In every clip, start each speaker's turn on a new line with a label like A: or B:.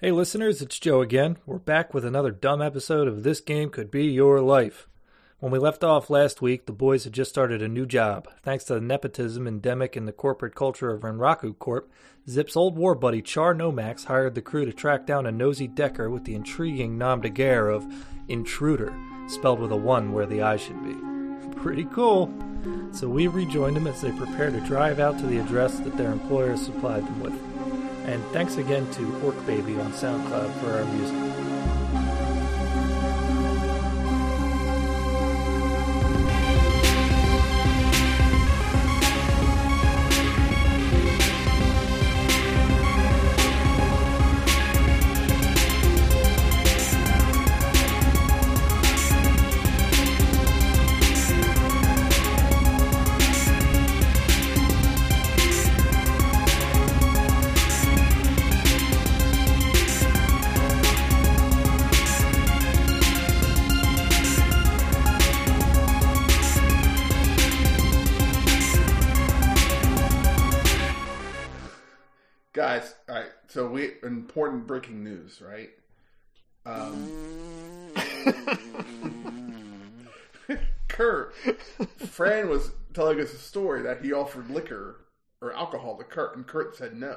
A: Hey, listeners, it's Joe again. We're back with another dumb episode of This Game Could Be Your Life. When we left off last week, the boys had just started a new job. Thanks to the nepotism endemic in the corporate culture of Renraku Corp, Zip's old war buddy Char Nomax hired the crew to track down a nosy Decker with the intriguing nom de guerre of Intruder, spelled with a 1 where the I should be. Pretty cool. So we rejoined them as they prepare to drive out to the address that their employer supplied them with. And thanks again to Orc Baby on SoundCloud for our music.
B: guys all right so we important breaking news right um kurt fran was telling us a story that he offered liquor or alcohol to kurt and kurt said no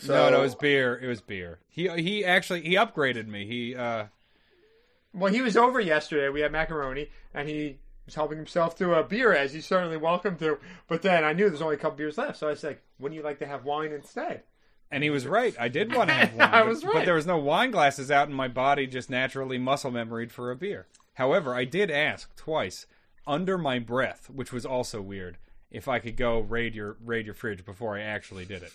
B: so
C: no, no, it was beer. It was beer. He he actually he upgraded me. He uh
D: Well, he was over yesterday. We had macaroni, and he was helping himself to a beer, as he's certainly welcome to. But then I knew there's only a couple beers left, so I said, "Wouldn't you like to have wine instead?"
C: and he was right. I did want to have wine.
D: I
C: but-
D: was
C: but
D: right.
C: there was no wine glasses out, and my body just naturally muscle memoried for a beer. However, I did ask twice under my breath, which was also weird, if I could go raid your raid your fridge before I actually did it.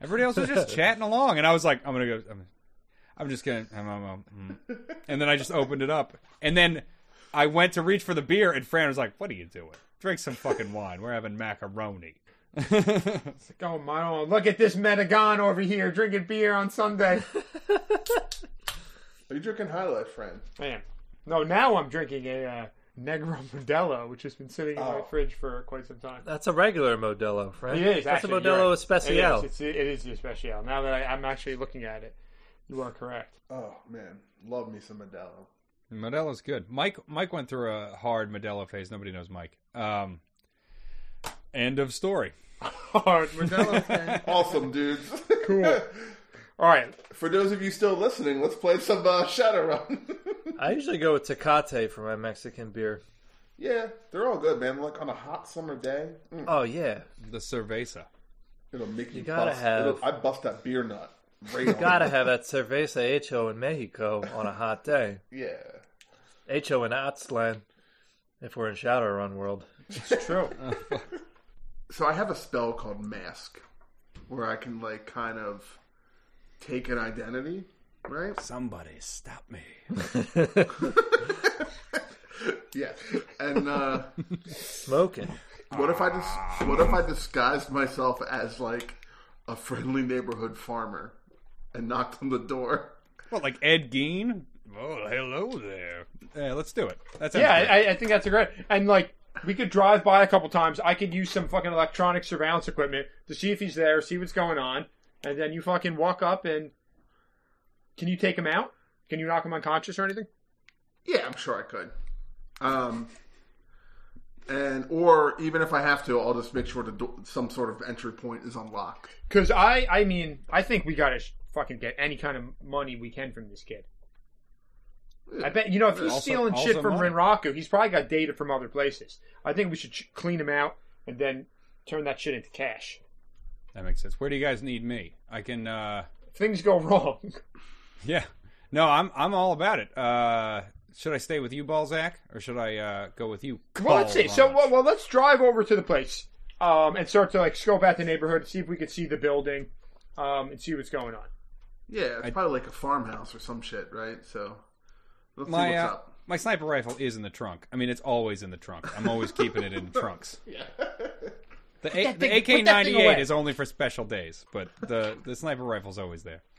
C: Everybody else was just chatting along, and I was like, "I'm gonna go. I'm, I'm just gonna." I'm, I'm, I'm, mm. And then I just opened it up, and then I went to reach for the beer, and Fran was like, "What are you doing? Drink some fucking wine. We're having macaroni."
D: It's like, "Oh my, oh, look at this Metagon over here drinking beer on Sunday."
B: are you drinking high life fran
D: Man, no, now I'm drinking a uh, Negro Modelo, which has been sitting in my
B: Oh.
D: fridge for quite some time.
A: That's a regular Modelo, friend.
D: It is
A: That's
D: actually,
A: a
D: you're
A: Modelo
D: right.
A: Especial.
D: It is, it's, it is the Especial. Now that I, I'm actually looking at it, you are correct.
B: oh man love me some modelo
C: Modelo's good. Mike Mike went through a hard Modelo phase. Nobody knows Mike. Um, end of story.
D: Hard Modelo. fan.
B: awesome dudes
D: Cool. All right,
B: for those of you still listening let's play some uh, shadowrun
A: I usually go with Tecate for my Mexican beer.
B: yeah they're all good man like on a hot summer day
D: Hmm.
B: mm,
A: Oh, yeah.
C: The cerveza.
B: it'll make you,
A: gotta
B: bust.
A: have-
B: it'll- i bust that beer nut right on.
A: Gotta have that cerveza hecho in Mexico on a hot day.
B: yeah
A: Hecho in Atzlan, if we're in Shadowrun world.
D: it's true.
B: so I have a spell called Mask, where I can like kind of take an identity, right?
C: Somebody stop me.
B: Yeah. And uh,
A: Smoking.
B: what if I dis- what if I disguised myself as like a friendly neighborhood farmer and knocked on the door?
C: What, like Ed Gein? Oh, hello there. Yeah, let's do it. That's
D: Yeah, I, I- I think that's a great. And like, we could drive by a couple times. I could use some fucking electronic surveillance equipment to see if he's there, see what's going on, and then you fucking walk up and can you take him out? Can you knock him unconscious or anything?
B: Yeah, I'm sure I could. Um, and or even if I have to, I'll just make sure the do- some sort of entry point is unlocked.
D: Because I, I mean, I think we gotta sh- fucking get any kind of money we can from this kid. I bet you know if he's
C: Also-
D: stealing
C: also
D: shit from
C: money.
D: Renraku, he's probably got data from other places. I think we should ch- clean him out and then turn that shit into cash.
C: that makes sense. Where do you guys need me? I can. uh
D: If things go wrong,
C: Yeah. No, I'm I'm all about it. Uh Should I stay with you, Balzac, or should I uh go with you?
D: Well, let's see. So,
C: Colin?
D: well, well, let's drive over to the place um, and start to like scope out the neighborhood, see if we can see the building, um, and see what's going on.
B: Yeah, it's probably like a farmhouse or some shit, right? So let's see
C: my
B: what's
C: uh,
B: up.
C: my sniper rifle is in the trunk. I mean, it's always in the trunk. I'm always keeping it in trunks. The, A-
D: that thing-
C: the
D: put that thing
C: AK-98
D: away.
C: is only for special days, but the the sniper rifle's always there.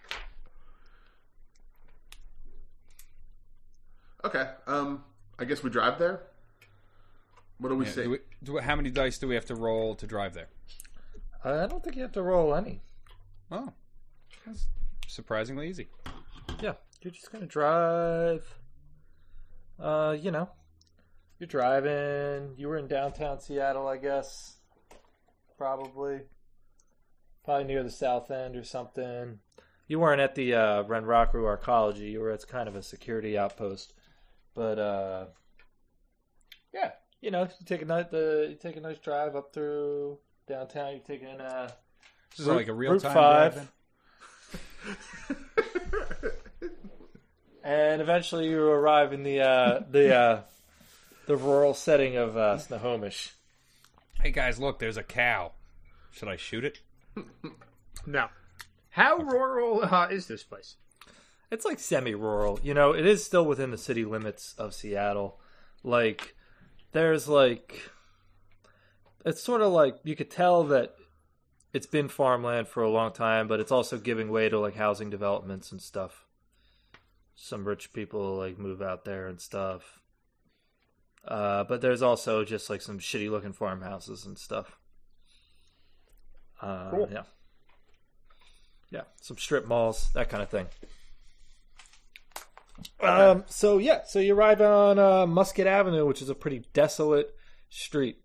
B: Okay. Um, I guess we drive there. What do we
C: Yeah,
B: say?
C: do we, do, how many dice do we have to roll to drive there?
A: I don't think you have to roll any.
C: Oh, that's surprisingly easy.
A: Yeah, you're just gonna drive. Uh, you know, you're driving. You were in downtown Seattle, I guess. Probably, probably near the South End or something. You weren't at the uh, Renroku Arcology. You were at kind of a security outpost, but uh, yeah, you know, you take a nice, the, you take a nice drive up through downtown. You're taking uh,
C: This is like a real time.
A: five. and eventually you arrive in the uh, the uh, the rural setting of uh, Snohomish.
C: Hey guys, look, there's a cow. Should I shoot it?
D: No. How rural uh, is this place?
A: It's like semi-rural, you know. It is still within the city limits of Seattle. Like there's like it's sort of like you could tell that it's been farmland for a long time, but it's also giving way to like housing developments and stuff. Some rich people like move out there and stuff. Uh, but there's also just like some shitty looking farmhouses and stuff. Uh,
D: Cool.
A: Yeah. Yeah. Some strip malls, that kind of thing. Um, so, yeah. So you arrive on uh, Musket Avenue, which is a pretty desolate street.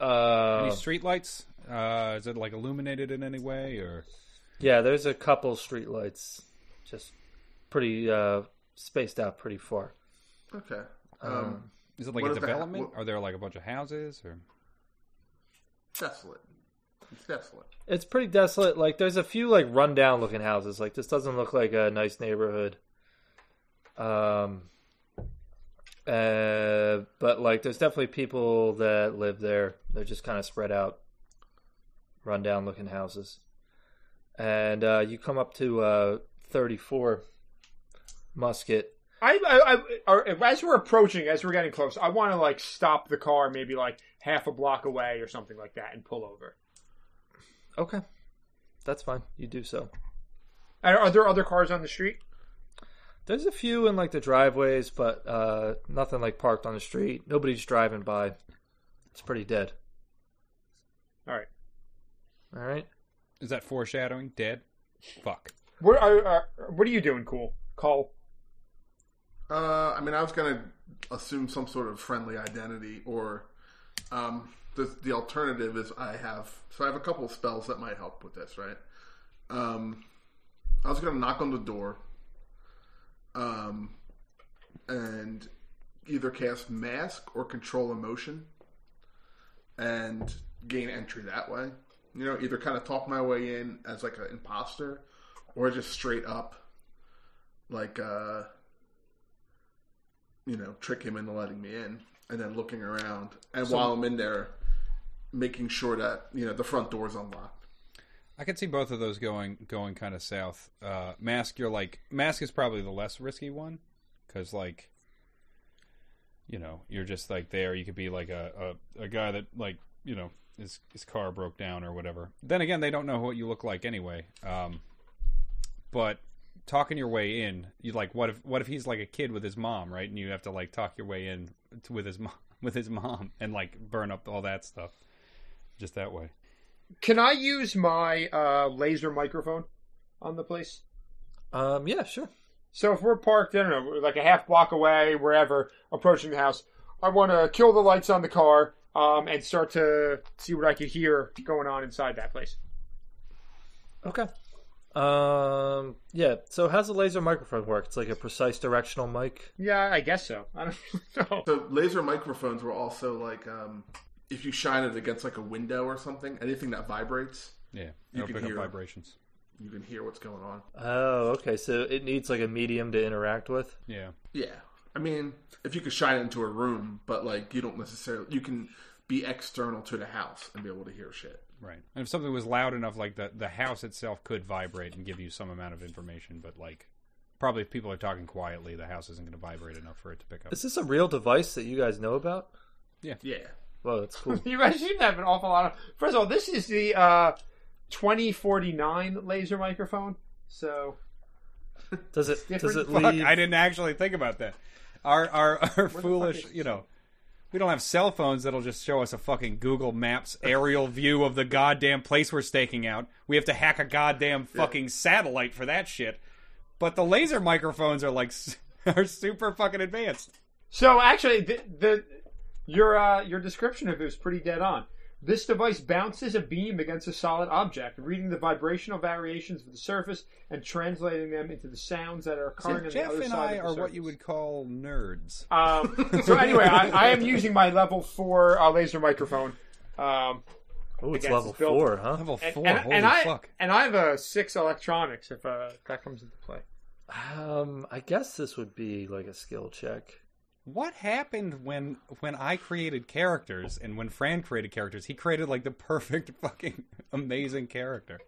A: Uh,
C: Any streetlights? Uh, is it like illuminated in any way, or
A: Yeah, there's a couple streetlights, just pretty uh, spaced out pretty far.
B: Okay. Um,
A: Um,
C: is it like
B: What
C: a
B: is the hou-
C: development?
B: what-
C: Are there like a bunch of houses? Or
B: desolate. It's desolate.
A: It's pretty desolate. Like there's a few like rundown looking houses. Like this doesn't look like a nice neighborhood. Um. Uh, but like, there's definitely people that live there. They're just kind of spread out, rundown looking houses. And uh, you come up to uh, 34 Musket,
D: I, I, I or, as we're approaching, as we're getting close, I want to like stop the car, maybe like half a block away or something like that, and pull over.
A: Okay. That's fine. You do so.
D: Are, are there other cars on the street?
A: There's a few in like the driveways, but uh nothing like parked on the street. Nobody's driving by. It's pretty dead.
D: All right.
A: All right.
C: is that foreshadowing? Dead? Fuck.
D: What are, are what are you doing, cool Cole?
B: Uh, I mean, I was gonna assume some sort of friendly identity, or um, the the alternative is I have so I have a couple of spells that might help with this, right? Um, I was gonna knock on the door, um, and either cast mask or control emotion, and gain entry that way. You know, either kind of talk my way in as like an imposter, or just straight up, like uh you know, trick him into letting me in, and then looking around, and while I'm in there, making sure that you know the front door's unlocked.
C: I could see both of those going going kind of south. Uh, mask, you're like mask is probably the less risky one because like you know you're just like there. You could be like a, a, a guy that like you know his his car broke down or whatever. Then again, they don't know what you look like anyway. Um, but talking your way in, you like what if what if he's like a kid with his mom, right? And you have to like talk your way in to, with his mom with his mom and like burn up all that stuff just that way.
D: Can I use my uh, laser microphone on the place?
A: Um yeah, sure.
D: So if we're parked, I don't know, like a half block away, wherever, approaching the house, I want to kill the lights on the car um, and start to see what I could hear going on inside that place.
A: Okay. Um yeah, so how's the laser microphone work? It's like a precise directional mic.
D: Yeah, I guess so. I don't know.
B: So laser microphones were also like um, if you shine it against like a window or something, anything that vibrates,
C: Yeah,
B: You
C: it'll
B: can
C: pick up
B: hear-
C: vibrations.
B: you can hear what's going on.
A: Oh, okay. So it needs like a medium to interact with.
C: Yeah,
B: Yeah, I mean, if you could shine it into a room, but like you don't necessarily, you can be external to the house and be able to hear shit.
C: right. And if something was loud enough, like the the house itself could vibrate and give you some amount of information, but like probably if people are talking quietly, the house isn't going to vibrate enough for it to pick up.
A: Is this a real device that you guys know about?
B: Yeah,
A: Whoa, that's cool.
D: You guys seem to have an awful lot of. First of all, this is the uh, 2049 laser microphone. So
A: Does it does
D: Different
A: it
C: Fuck,
A: leave
C: I didn't actually think about that. Our our, our
D: fuck
C: foolish,
D: is-
C: you know, We don't have cell phones that'll just show us a fucking Google Maps aerial view of the goddamn place we're staking out. We have to hack a goddamn fucking satellite for that shit. But the laser microphones are like s- are super fucking advanced.
D: So actually, the, the your uh, your description of it is pretty dead on. This device bounces a beam against a solid object, reading the vibrational variations of the surface and translating them into the sounds that are occurring on the
C: Jeff
D: other
C: and
D: side
C: I
D: of the
C: are what
D: surface.
C: you would call nerds.
D: Um, so anyway, I, I am using my level four uh, laser microphone, um,
A: Oh, it's
D: guess
A: level
D: it's built-
A: four, huh?
C: Level
D: and,
C: four,
D: and-
C: holy
D: and I
C: fuck!
D: and I have a six electronics if uh, that comes into play.
A: Um, I guess this would be like a skill check.
C: What happened when when I created characters and when Fran created characters? He created like the perfect fucking amazing character.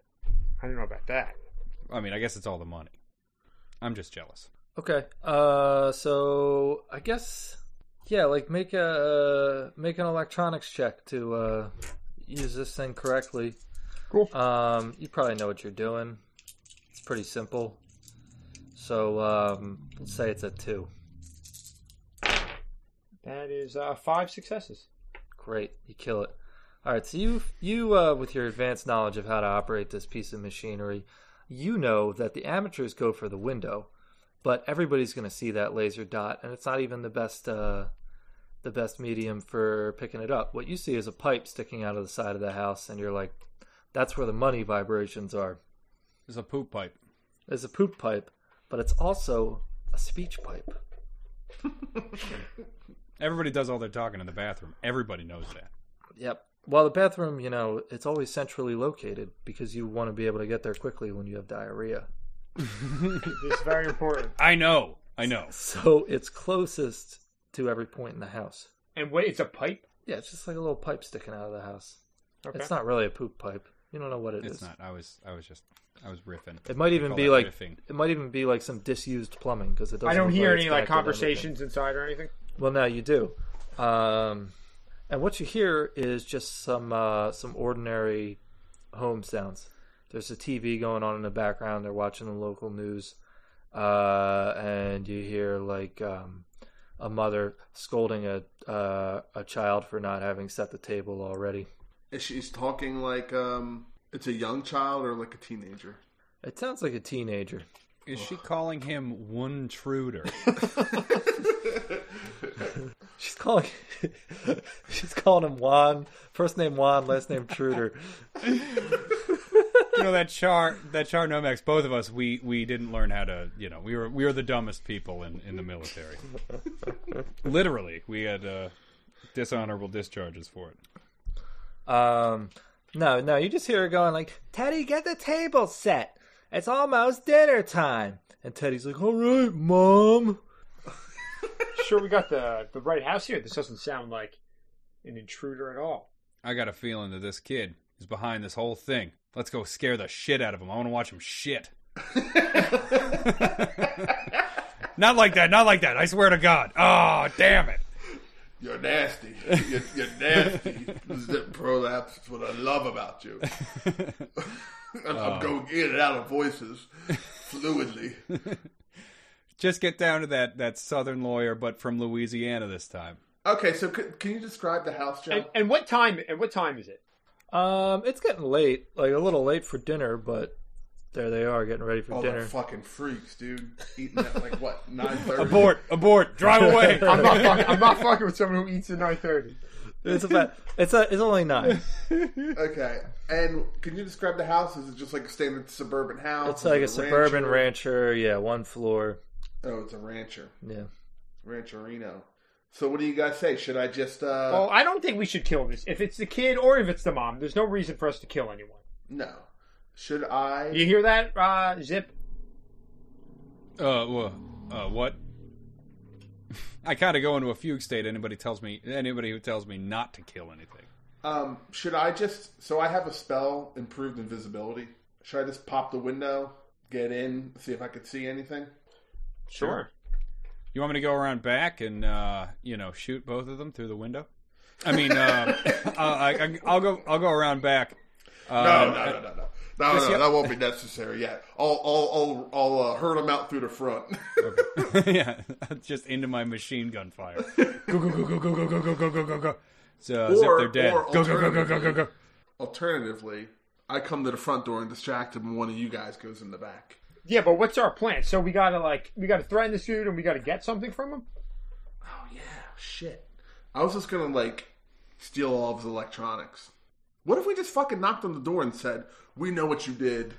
D: I don't know about that.
C: I mean, I guess it's all the money. I'm just jealous.
A: Okay. Uh, so I guess yeah, like make a uh, make an electronics check to uh, use this thing correctly.
D: Cool.
A: Um, you probably know what you're doing. It's pretty simple. So um, let's say it's a two.
D: That is uh, five successes.
A: Great, you kill it. All right, so you you uh, with your advanced knowledge of how to operate this piece of machinery, you know that the amateurs go for the window, but everybody's going to see that laser dot, and it's not even the best uh, the best medium for picking it up. What you see is a pipe sticking out of the side of the house, and you're like, that's where the money vibrations are.
C: It's a poop pipe.
A: It's a poop pipe, but it's also a speech pipe.
C: Everybody does all their talking in the bathroom. Everybody knows that.
A: Yep. Well, the bathroom, you know, it's always centrally located because you want to be able to get there quickly when you have diarrhea.
D: It's very important.
C: I know. I know.
A: So it's closest to every point in the house.
D: And wait, it's a pipe.
A: Yeah, it's just like a little pipe sticking out of the house.
D: Okay.
A: It's not really a poop pipe. You don't know what
C: It's
A: is.
C: not. I was. I was just. I was riffing.
A: It might
C: They
A: even
C: call
A: be
C: that
A: like
C: riffing.
A: it might even be like some disused plumbing because it doesn't.
D: I don't
A: look
D: hear
A: it's
D: any like
A: connected to anything.
D: conversations inside or anything.
A: Well, now you do. Um, and what you hear is just some uh, some ordinary home sounds. There's a TV going on in the background. They're watching the local news, uh, and you hear like um, a mother scolding a uh, a child for not having set the table already.
B: And she's talking like um, it's a young child or like a teenager.
A: It sounds like a teenager.
C: Is she calling him one truder?
A: She's calling. she's calling him Juan. First name Juan, last name Truder.
C: you know that char that char nomex both of us we we didn't learn how to you know we were we were the dumbest people in in the military literally we had uh dishonorable discharges for it
A: Um, no, no, you just hear her going like, "Teddy, get the table set. It's almost dinner time." And Teddy's like, "All right, mom."
D: Sure, we got the the right house here. This doesn't sound like an intruder at all.
C: i got a feeling that this kid is behind this whole thing let's go scare the shit out of him i want to watch him shit not like that not like that i swear to god oh damn it
B: You're nasty. You're, you're nasty. Zip prolapse is what I love about you. I'm, I'm going in and out of voices fluidly.
C: just get down to that that southern lawyer but from louisiana this time
B: Okay, so c- can you describe the house, John?
D: And, and what time? And what time is it?
A: Um, it's getting late, like a little late for dinner, but there they are getting ready for
B: Oh, they're
A: dinner.
B: fucking freaks, dude. Eating at like what nine thirty?
C: abort abort drive away
D: I'm not fucking, I'm not fucking with someone who eats at nine thirty.
A: It's about, it's a, it's only nine.
B: Okay, and can you describe the house? Is it just like a standard suburban house?
A: It's like a
B: Is it
A: suburban
B: rancher?
A: rancher. Yeah, one floor.
B: Oh, it's a rancher,
A: Yeah.
B: rancherino. So what do you guys say? Should I just? uh
D: Well, I don't think we should kill this. If it's the kid or if it's the mom, there's no reason for us to kill anyone.
B: No. Should I?
D: You hear that, uh, Zip?
C: Uh, wha- uh what? I kind of go into a fugue state. Anybody tells me, anybody who tells me not to kill anything.
B: Um, should I just? So I have a spell, improved invisibility. Should I just pop the window, get in, see if I could see anything?
D: Sure.
C: You want me to go around back and uh, you know shoot both of them through the window? I mean, uh, I, I, I'll go. I'll go around back. Uh,
B: No, no, no, no, no. No,
C: Just
B: no,
C: yet-
B: that won't be necessary yet. I'll, I'll, I'll, I'll uh, herd them out through the front.
C: yeah, just into my machine gun fire. Go go go go go go go go go go go go. So as if
B: Or-
C: they're dead.
B: or
C: Go go go go go go
B: alternatively-
C: go.
B: Alternatively, I come to the front door and distract them, and one of you guys goes in the back.
D: Yeah, but what's our plan? So we gotta like we gotta threaten this dude and we gotta get something from him.
B: Oh yeah, shit. I was just gonna like steal all of his electronics. What if we just fucking knocked on the door and said, "We know what you did."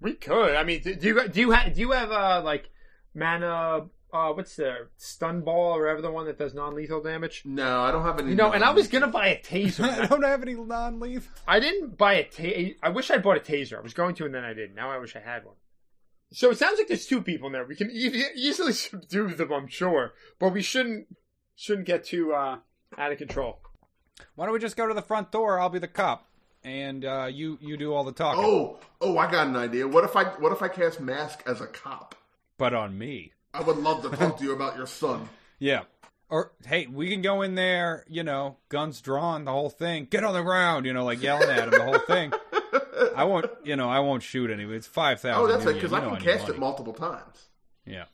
D: We could. I mean, do, do you do you have do you have uh like mana? Uh, what's the stun ball or whatever the one that does non lethal damage?
B: No, I don't have any.
D: You know, and I was gonna buy a taser.
C: I don't have any non-leaf.
D: I didn't buy a taser. I wish I bought a taser. I was going to, and then I didn't. Now I wish I had one. So it sounds like there's two people in there. We can e- easily subdue them, I'm sure, but we shouldn't shouldn't get too uh, out of control.
C: Why don't we just go to the front door? I'll be the cop, and uh, you you do all the talking.
B: Oh, oh, I got an idea. What if I, what if I cast Mask as a cop?
C: But on me.
B: I would love to talk to you about your son.
C: Yeah. Or hey, we can go in there. You know, guns drawn, the whole thing. Get on the ground. You know, like yelling at him, the whole thing. I won't. You know, I won't shoot anybody. It's five thousand.
B: Oh, that's it, because I can cast it multiple times,
C: Yeah.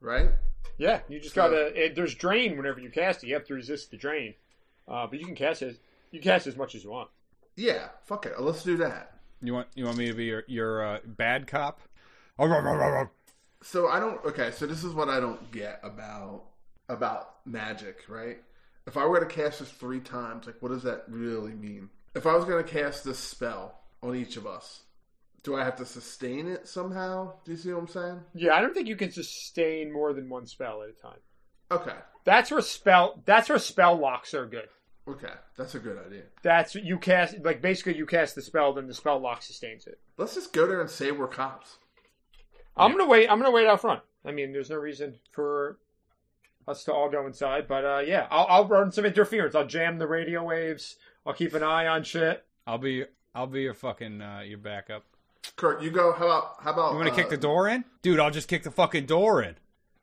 B: right?
D: Yeah, you just gotta. It, there's drain whenever you cast it. You have to resist the drain, uh, but you can cast it. You can cast as much as you want.
B: Yeah, fuck it. Let's do that.
C: You want you want me to be your your uh, bad cop? Oh, rah, rah, rah, rah.
B: So I don't. Okay, so this is what I don't get about about magic, right? If I were to cast this three times, like, what does that really mean? If I was going to cast this spell on each of us, do I have to sustain it somehow? Do you see what I'm saying?
D: Yeah, I don't think you can sustain more than one spell at a time.
B: Okay,
D: That's where spell. That's where spell locks are good.
B: okay, that's a good idea.
D: That's you cast like basically you cast the spell, then the spell lock sustains it.
B: Let's just go there and say we're cops.
D: I'm gonna wait. I'm gonna wait out front. I mean, there's no reason for us to all go inside, but uh, yeah, I'll, I'll run some interference. I'll jam the radio waves. I'll keep an eye on shit.
C: I'll be I'll be your fucking uh, your backup.
B: Kurt, you go. How about how about
C: You want to
B: uh,
C: kick the door in, dude? I'll just kick the fucking door in.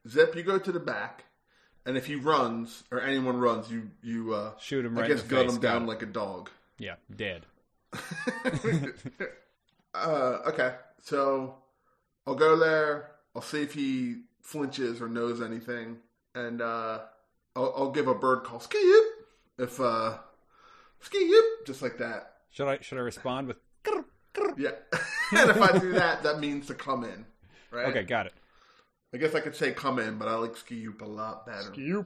B: Zip, you go to the back, and if he runs or anyone runs, you you uh,
C: Shoot him
B: I
C: right in
B: guess
C: the
B: gun
C: face.
B: him down
C: Got
B: like a dog.
C: Yeah, dead.
B: uh, okay, so I'll go there. I'll see if he flinches or knows anything, and uh, I'll, I'll give a bird call. Ski if uh, ski just like that.
C: Should I should I respond with?
B: Yeah, and if I do that, that means to come in. Right.
C: Okay, got it.
B: I guess I could say come in, but I like ski a lot better.
D: You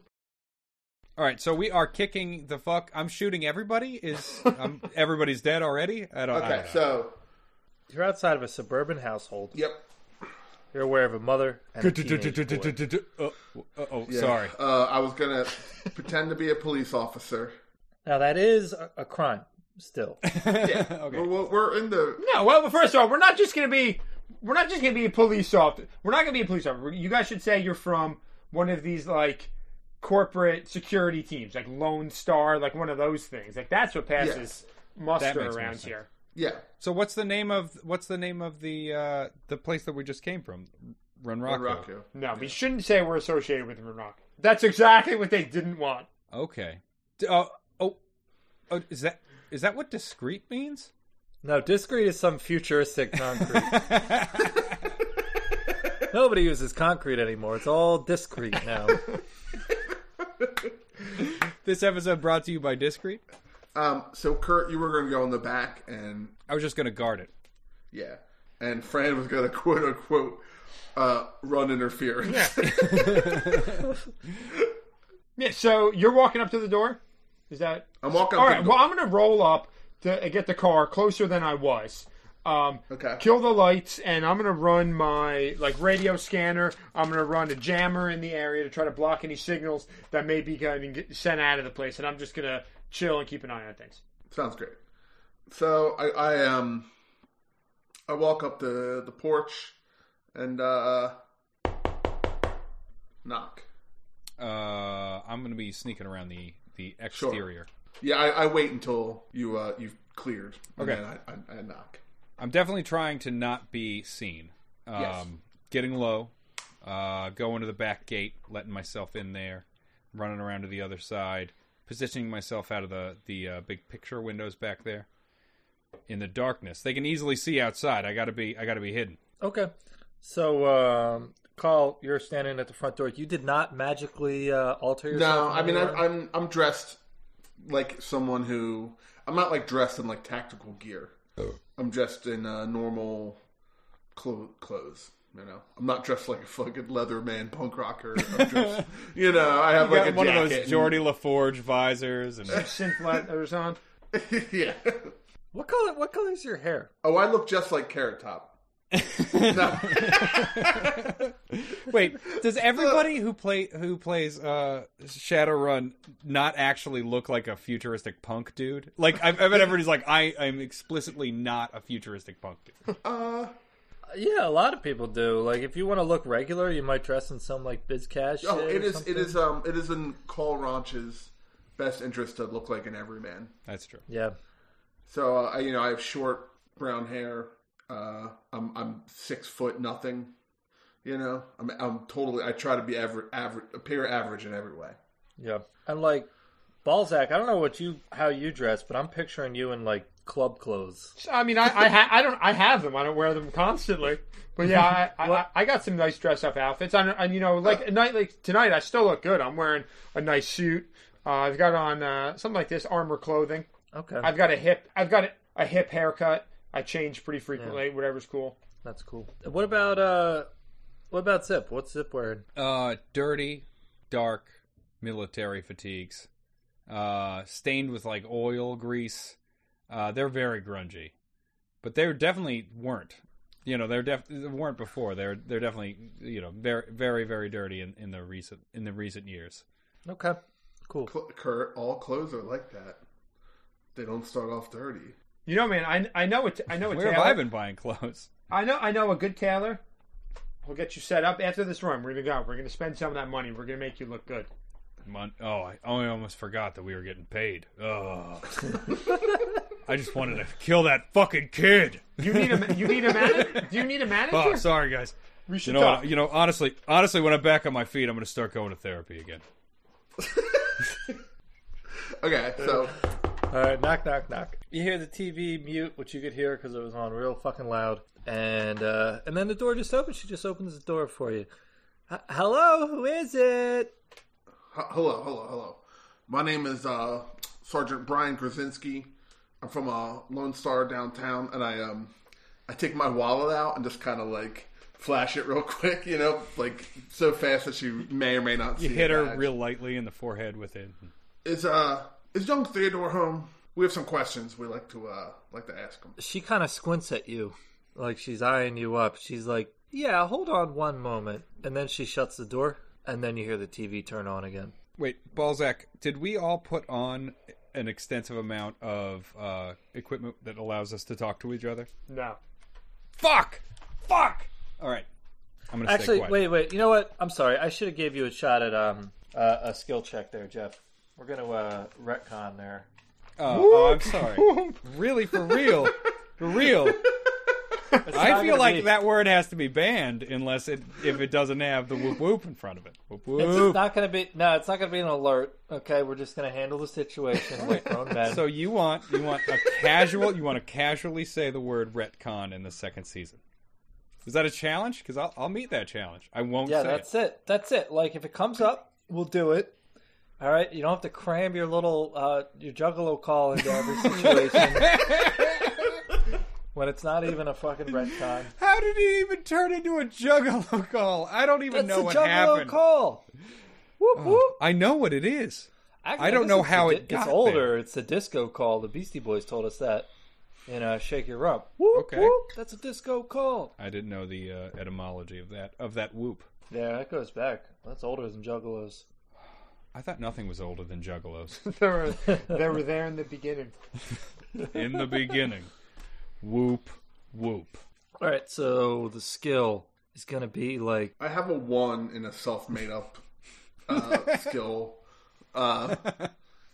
C: All right, so we are kicking the fuck. I'm shooting everybody. Is um, everybody's dead already? I don't. I
B: Okay,
C: don't know.
B: so
A: You're outside of a suburban household.
B: yep.
A: You're aware of a mother and a teenage boy.
C: Oh, oh, oh,
B: yeah.
C: sorry.
B: Uh, I was gonna pretend to be a police officer.
A: Now that is a, a crime still.
B: We're- We're, we're in the
D: no. Well, first of all, we're not just gonna be. We're not just gonna be a police officer. We're not gonna be a police officer. You guys should say you're from one of these like corporate security teams, like Lone Star, like one of those things. Like that's what passes
C: That
D: muster
C: makes more
D: around
C: sense.
D: here.
B: yeah.
C: So what's the name of what's the name of the uh, the place that we just came from? Runraku.
B: Raku.
D: No, we shouldn't say we're associated with Renok. That's exactly what they didn't want.
C: Okay. D- Oh, oh, oh, is that is that what discreet means?
A: No, discrete is some futuristic concrete. Nobody uses concrete anymore. It's all discrete now.
C: This episode brought to you by Discreet.
B: Um, so Kurt, you were going to go in the back, and
C: I was just gonna guard it.
B: yeah, and Fran was going to quote unquote uh, run interference.
D: Yeah, so you're walking up to the door? Is that
B: I'm walking.
D: all
B: up
D: right?
B: to the
D: Well, I'm gonna roll up to get the car closer than I was. Um,
B: Okay.
D: Kill the lights, and I'm gonna run my like radio scanner. I'm gonna run a jammer in the area to try to block any signals that may be getting sent out of the place. And I'm just gonna chill and keep an eye on things.
B: Sounds great. So I, I um I walk up the the porch and uh, knock.
C: Uh, I'm gonna be sneaking around the the exterior.
B: Yeah, I, I wait until you uh, you've cleared. and
C: Okay.
B: then I, I, I knock.
C: I'm definitely trying to not be seen. Um,
B: Yes.
C: Getting low, uh, going to the back gate, letting myself in there, running around to the other side, positioning myself out of the the uh, big picture windows back there, in the darkness. They can easily see outside. I gotta be I gotta be hidden.
A: Okay. So, um, Carl, you're standing at the front door. You did not magically uh, alter
B: No,
A: yourself.
B: I mean
A: I,
B: I'm, I'm I'm dressed like someone who I'm not like dressed in like tactical gear.
A: Oh.
B: I'm dressed in uh, normal clo- clothes. You know, I'm not dressed like a fucking leatherman punk rocker. I'm dressed, you know, I have like a
C: one
B: jacket
C: of those
B: and-
C: Geordie LaForge visors and
D: Synth on.
B: yeah.
A: what color? What color is your hair?
B: Oh, I look just like Carrot Top. No.
C: Wait, does everybody who play who plays uh, Shadowrun not actually look like a futuristic punk dude? Like I, I bet everybody's like, I am explicitly not a futuristic punk dude.
B: uh,
A: Yeah, a lot of people do. Like, if you want to look regular, you might dress in some like biz cash.
B: oh, it is. It is. Um, it is in Call Ranch's best interest to look like an everyman.
C: That's true.
A: Yeah.
B: So uh, I- you know, I have short brown hair. Uh, I'm I'm six foot nothing. You know, I'm I'm totally. I try to be average, average, appear average in every way.
A: Yeah. And like Balzac, I don't know what you how you dress, but I'm picturing you in like club clothes.
D: I mean, I I, ha- I don't I have them. I don't wear them constantly. But yeah, I, I, I got some nice dress up outfits. I, and you know, like a
C: Uh.
D: night like tonight, I still look good. I'm wearing a nice suit. Uh, I've got on uh, something like this armor clothing.
A: Okay.
D: I've got a hip. I've got a, a hip haircut. I change pretty frequently. Whatever's cool.
A: That's cool. What about uh what about Zip? What's Zip wearing?
C: Uh, dirty, dark, military fatigues, uh, stained with like oil grease. Uh, they're very grungy, but they definitely weren't. You know, they're def- they weren't before. They're they're definitely you know very very very dirty in, in the recent in the recent years.
A: Okay. Cool.
B: Cl- Kurt, all clothes are like that. They don't start off dirty.
D: You know, man. I I know it. I know it.
C: Where have I been buying clothes?
D: I know I know a good tailor. We'll get you set up after this run. We're gonna go. We're gonna spend some of that money. We're gonna make you look good.
C: Mon- oh, I, oh, I almost forgot that we were getting paid. Ugh. I just wanted to kill that fucking kid.
D: You need a you need a manager. Do you need a manager?
C: Oh, sorry guys.
D: we
C: You
D: should
C: know,
D: talk.
C: what, you know, honestly, honestly, when I'm back on my feet, I'm going to start going to therapy again.
B: Okay, so
A: All right, knock knock knock. You hear the TV mute, which you could hear cuz it was on real fucking loud. And uh and then the door just opens. She just opens the door for you. H- Hello, who is it?
B: h- Uh, hello, hello, hello. My name is uh, Sergeant Brian Krasinski. I'm from uh, Lone Star downtown, and I um, I take my wallet out and just kind of like flash it real quick. You know, like so fast that she may or may not see
C: You hit
B: it
C: her
B: back.
C: real lightly in the forehead with it.
B: Is uh is young Theodore home? We have some questions we like to uh like to ask him.
A: She kind of squints at you like she's eyeing you up. She's like, "Yeah, hold on one moment." And then she shuts the door, and then you hear the TV turn on again.
C: Wait, Balzac, did we all put on an extensive amount of uh, equipment that allows us to talk to each other?
D: No.
C: Fuck! Fuck! All right. I'm going to stay
A: Actually,
C: quiet.
A: wait, wait. You know what? I'm sorry. I should have gave you a shot at um uh, a skill check there, Jeff. We're gonna uh, retcon there.
C: Oh, oh, I'm sorry. really, for real, for real. I
A: not
C: feel
A: gonna
C: like
A: be-
C: that word has to be banned unless it if it doesn't have the whoop whoop in front of it. Whoop
A: It's
C: whoop.
A: not gonna be. No, it's not gonna be an alert. Okay, we're just gonna handle the situation like grown men.
C: So you want you want a casual you want to casually say the word retcon in the second season. Is that a challenge? Because I'll, I'll meet that challenge. I won't
A: yeah,
C: say
A: that's it. That's it. Like if it comes up, we'll do it. All right, you don't have to cram your little uh, your juggalo call into every situation when it's not even a fucking retcon.
C: How did it even turn into a juggalo call? I don't even
A: That's
C: know
A: a
C: what
A: juggalo
C: happened. Oh.
A: call. Whoop whoop.
C: I know what it is.
A: Actually,
C: I don't
A: guess
C: know
A: it's
C: how
A: the
C: it
A: di-
C: got
A: It's older.
C: there.
A: It's the disco call. The Beastie Boys told us that. in uh, shake your rump. Whoop,
C: Okay.
A: whoop. That's a disco call.
C: I didn't know the uh, etymology of that of that whoop.
A: Yeah, that goes back. That's older than Juggalos.
C: I thought nothing was older than juggalos.
D: They were, they were there in the beginning.
C: in the beginning. Whoop, whoop.
A: All right, so the skill is gonna be like
B: I have a one in a self made up uh, skill uh,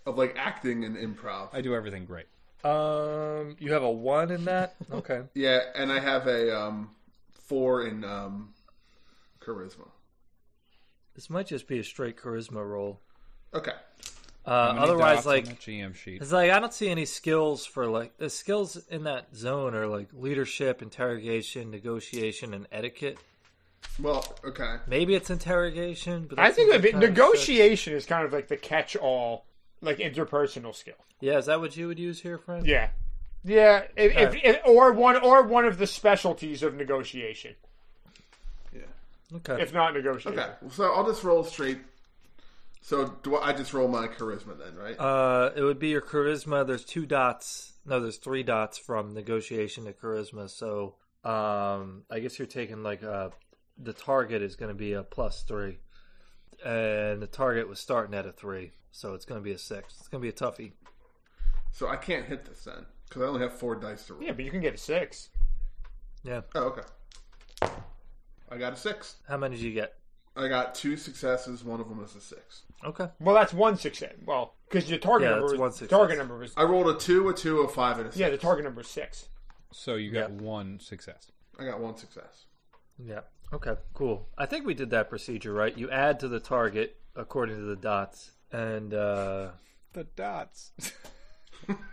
B: of like acting and improv.
C: I do everything great.
A: um. You have a one in that. Okay.
B: yeah, and I have a um four in um charisma.
A: This might just be a straight charisma roll.
B: Okay.
A: Uh,
C: How many
A: otherwise,
C: dots on
A: like
C: that GM sheet.
A: It's like I don't see any skills for like the skills in that zone are like leadership, interrogation, negotiation, and etiquette.
B: Well, okay.
A: Maybe it's interrogation, but
D: I
A: that
D: think
A: seems
D: of it,
A: kind of such-
D: negotiation is kind of like the catch-all, like interpersonal skill.
A: Yeah, is that what you would use here, Frank?
D: Yeah, yeah, if, if,
A: Alright.
D: if- or one or one of the specialties of negotiation,
B: Yeah.
A: Okay.
D: if not negotiation.
B: Okay. So I'll just roll straight. So do I, I just roll my charisma then, right?
A: Uh, it would be your charisma. There's two dots. No, there's three dots from negotiation to charisma. So, um, I guess you're taking like uh, the target is going to be a plus three, and the target was starting at a three, so it's going to be a six. It's going to be a toughie.
B: so I can't hit this then because I only have four dice to roll.
D: Yeah, but you can get a six.
A: Yeah.
B: Oh, okay. I got a six.
A: How many did you get?
B: I got two successes. One of them is a six.
A: Okay.
D: Well, that's one success. Well, because your target
A: Yeah,
D: number
A: that's
D: was,
A: one success.
D: target number was
B: I rolled a two, a two, a five, and a six.
D: yeah, the target number was six.
C: So you got one success.
B: I got one success.
A: Yeah. Okay. Cool. I think we did that procedure right. You add to the target according to the dots, and uh,
C: The dots.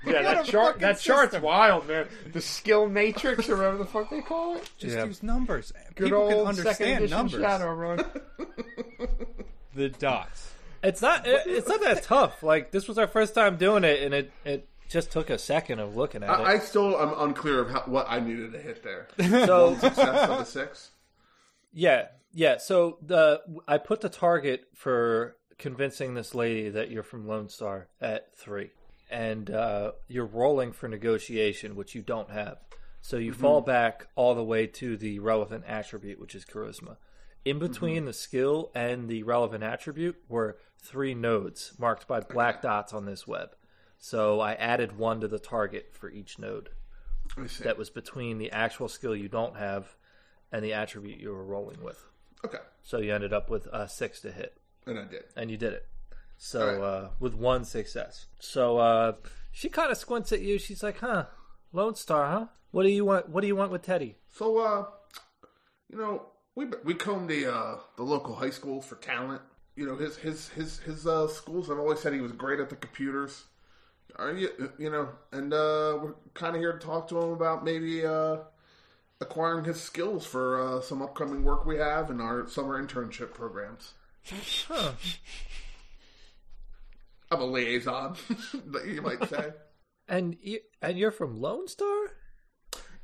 D: Yeah, that
C: a
D: chart
C: fucking
D: that chart's
C: system.
D: wild, man. The skill matrix or whatever the fuck they call it.
C: Just
A: Yeah.
C: use numbers.
D: Good
C: People can
D: old second
C: understand
D: edition
C: numbers.
D: Shadowrun.
C: The dots.
A: it's not it, it's not that tough. Like this was our first time doing it, and it it just took a second of looking at it.
B: I, I still am unclear of how, what I needed to hit there.
A: So
B: success of a six.
A: yeah, yeah. So the I put the target for convincing this lady that you're from Lone Star at three, and uh, you're rolling for negotiation, which you don't have. So you fall back all the way to the relevant attribute, which is charisma. In between the skill and the relevant attribute were three nodes marked by black dots on this web. So I added one to the target for each node
B: I see.
A: that was between the actual skill you don't have and the attribute you were rolling with.
B: Okay,
A: So you ended up with a six to hit,
B: and I did.
A: and you did it. So
B: Alright.
A: uh, with one success. So uh, she kind of squints at you. She's like, "Huh, Lone Star, huh? What do you want? What do you want with Teddy?"
B: So, uh, you know, we we combed the uh, the local high school for talent. You know, his his his his uh, schools. I've always said he was great at the computers. Are you you know? And uh, we're kind of here to talk to him about maybe uh, acquiring his skills for uh, some upcoming work we have in our summer internship programs. I'm a liaison, you might say.
A: And you, and you're from Lone Star?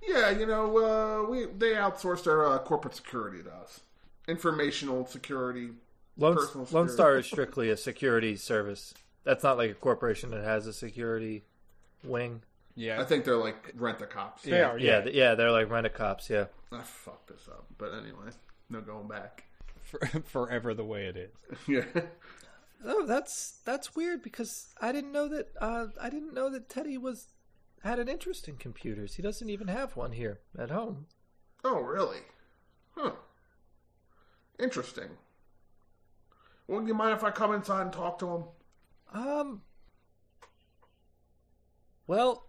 B: Yeah, you know, uh, we they outsourced our uh, corporate security to us. Informational security.
A: Lone,
B: Personal
A: Lone
B: security.
A: Star is strictly a security service. That's not like a corporation that has a security wing.
C: Yeah.
B: I think they're like rent a cops.
D: They are,
A: Yeah,
D: yeah.
A: th- yeah, they're like rent a cops. Yeah.
B: I fucked this up, but anyway, no going back.
C: for- forever the way it is.
B: yeah,
A: Oh, that's that's weird because I didn't know that uh, I didn't know that Teddy was had an interest in computers. He doesn't even have one here at home.
B: Oh, really? Huh. Interesting. Well, do you mind if I come inside and talk to him?
A: Um. Well,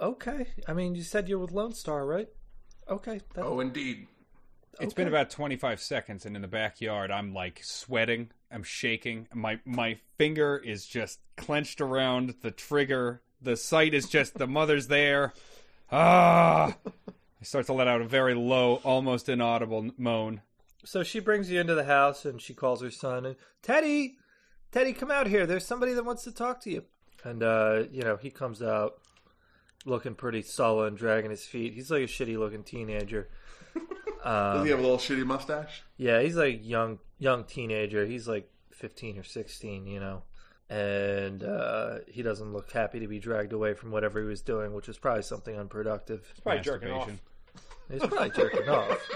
A: okay. I mean, you said you're with Lone Star, right? Okay. That,
B: Oh, indeed.
C: It's been
A: Okay.
C: about 25 seconds, and in the backyard, I'm like sweating. I'm shaking. My my finger is just clenched around the trigger. The sight is just the mother's there. Ah! I start to let out a very low, almost inaudible moan.
A: So she brings you into the house and she calls her son and Teddy, Teddy, come out here. There's somebody that wants to talk to you. And uh, you know he comes out looking pretty sullen, dragging his feet. He's like a shitty looking teenager.
B: Does he have a little shitty mustache?
A: Yeah, he's like young young teenager. He's like 15 or 16, you know. And uh, he doesn't look happy to be dragged away from whatever he was doing, which was probably something unproductive.
D: Probably jerking off.
C: Masturbation.
A: He's probably jerking off.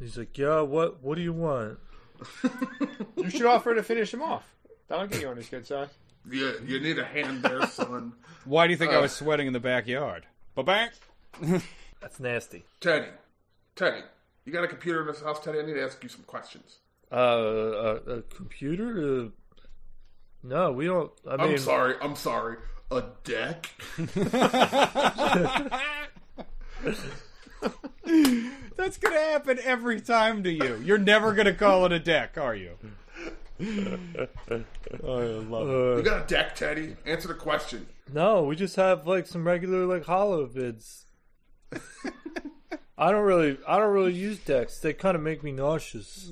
A: He's like, "Yeah, what what do you want?"
D: You should offer to finish him off. That'll get you on his good side.
B: Yeah, you need a hand there, son.
C: Why do you think I was sweating in the backyard? Ba bang!
A: That's nasty.
B: Teddy, Teddy, you got a computer in this house, Teddy? I need to ask you some questions.
A: Uh, a, a computer? Uh, no, we don't. I mean,
B: I'm sorry. I'm sorry. A deck?
C: That's gonna happen every time to you. You're never gonna call it a deck, are you?
B: Oh,
A: uh,
B: You got a deck, Teddy? Answer the question.
A: No, we just have like some regular like hollow vids. I don't really I don't really use decks. They kind of make me nauseous.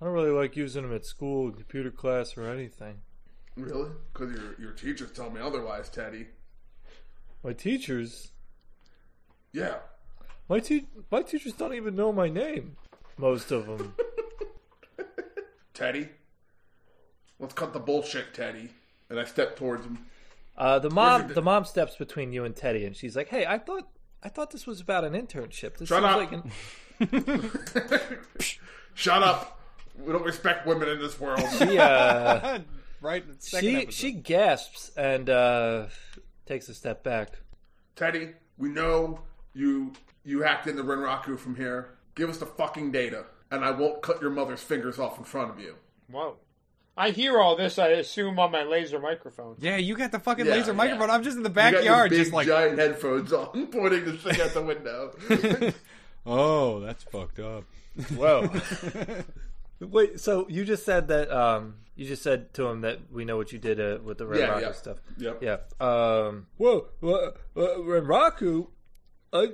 A: I don't really like using them at school, computer class, or anything.
B: Really? Because your your teachers tell me otherwise, Teddy.
A: My teachers,
B: Yeah.
A: my te- my teachers don't even know my name. Most of them.
B: Teddy, let's cut the bullshit, Teddy. And I step towards him.
A: Uh, the mom, the mom steps between you and Teddy, and she's like, "Hey, I thought, I thought this was about an internship. This
B: Shut
A: seems
B: up.
A: like an,
B: Shut up. We don't respect women in this world.
A: she, uh,
C: right. in the Second
A: she,
C: episode.
A: she gasps and uh, takes a step back.
B: Teddy, we know you you hacked into Renraku from here. Give us the fucking data, and I won't cut your mother's fingers off in front of you.
D: Whoa. I hear all this, I assume, on my laser microphone.
C: Yeah, you got the fucking
B: Yeah,
C: laser
B: yeah.
C: microphone. I'm just in the
B: you got your
C: backyard,
B: big
C: just like,
B: giant headphones on, pointing this thing out the window.
C: oh, that's fucked up.
A: Whoa. Wait, so you just said that um, you just said to him that we know what you did uh, with the Red
B: Yeah,
A: Rocker
B: yeah.
A: stuff.
B: yep.
A: Yeah. Um, Whoa, uh, Renraku, I,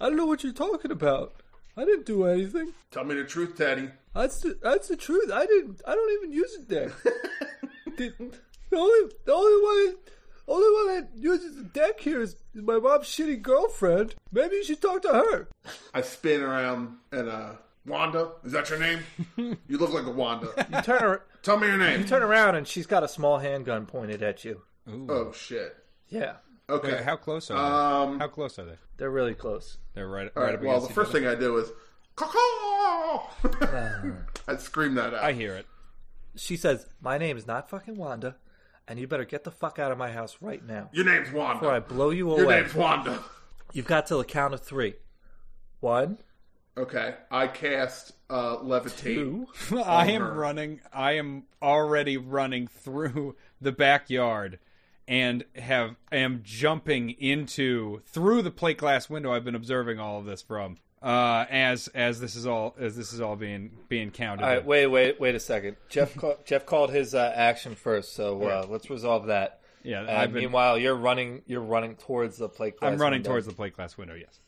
A: I don't know what you're talking about. I didn't do anything.
B: Tell me the truth, Teddy.
A: That's the, that's the truth. I didn't. I don't even use it there. the, the only the only one only one that uses the deck here is, is my mom's shitty girlfriend. Maybe you should talk to her.
B: I spin around and uh, Wanda, is that your name? you look like a Wanda.
A: Turn her,
B: Tell me your name.
A: turn around, and she's got a small handgun pointed at you.
B: Oh shit.
A: Yeah,
B: Okay.
C: How close are they?
B: um.
C: How close are they?
A: they're really close.
C: They're right,
B: all
C: right
B: right.
C: up
B: Well,
C: against
B: the
C: each
B: first
C: other.
B: thing I do is, caw-caw. I scream that out.
C: I hear it.
A: She says, "My name is not fucking Wanda, and you better get the fuck out of my house right now,
B: Your name's Wanda.
A: or I blow you
B: Your
A: away."
B: name's Wanda.
A: You've got till the count of three. One,
B: Okay, I cast uh, levitate.
A: two.
C: I am
B: her.
C: running. I am already running through the backyard, and have am jumping into through the plate glass window I've been observing all of this from. Uh, as as this is all as this is all being being counted.
A: All right, wait, wait, wait a second. Jeff call, Jeff called his uh, action first, so uh, let's resolve that.
C: yeah,
A: Uh,
C: I've been.
A: meanwhile, you're running. You're running towards the plate. glass
C: I'm running
A: window.
C: towards the plate glass window. Yes.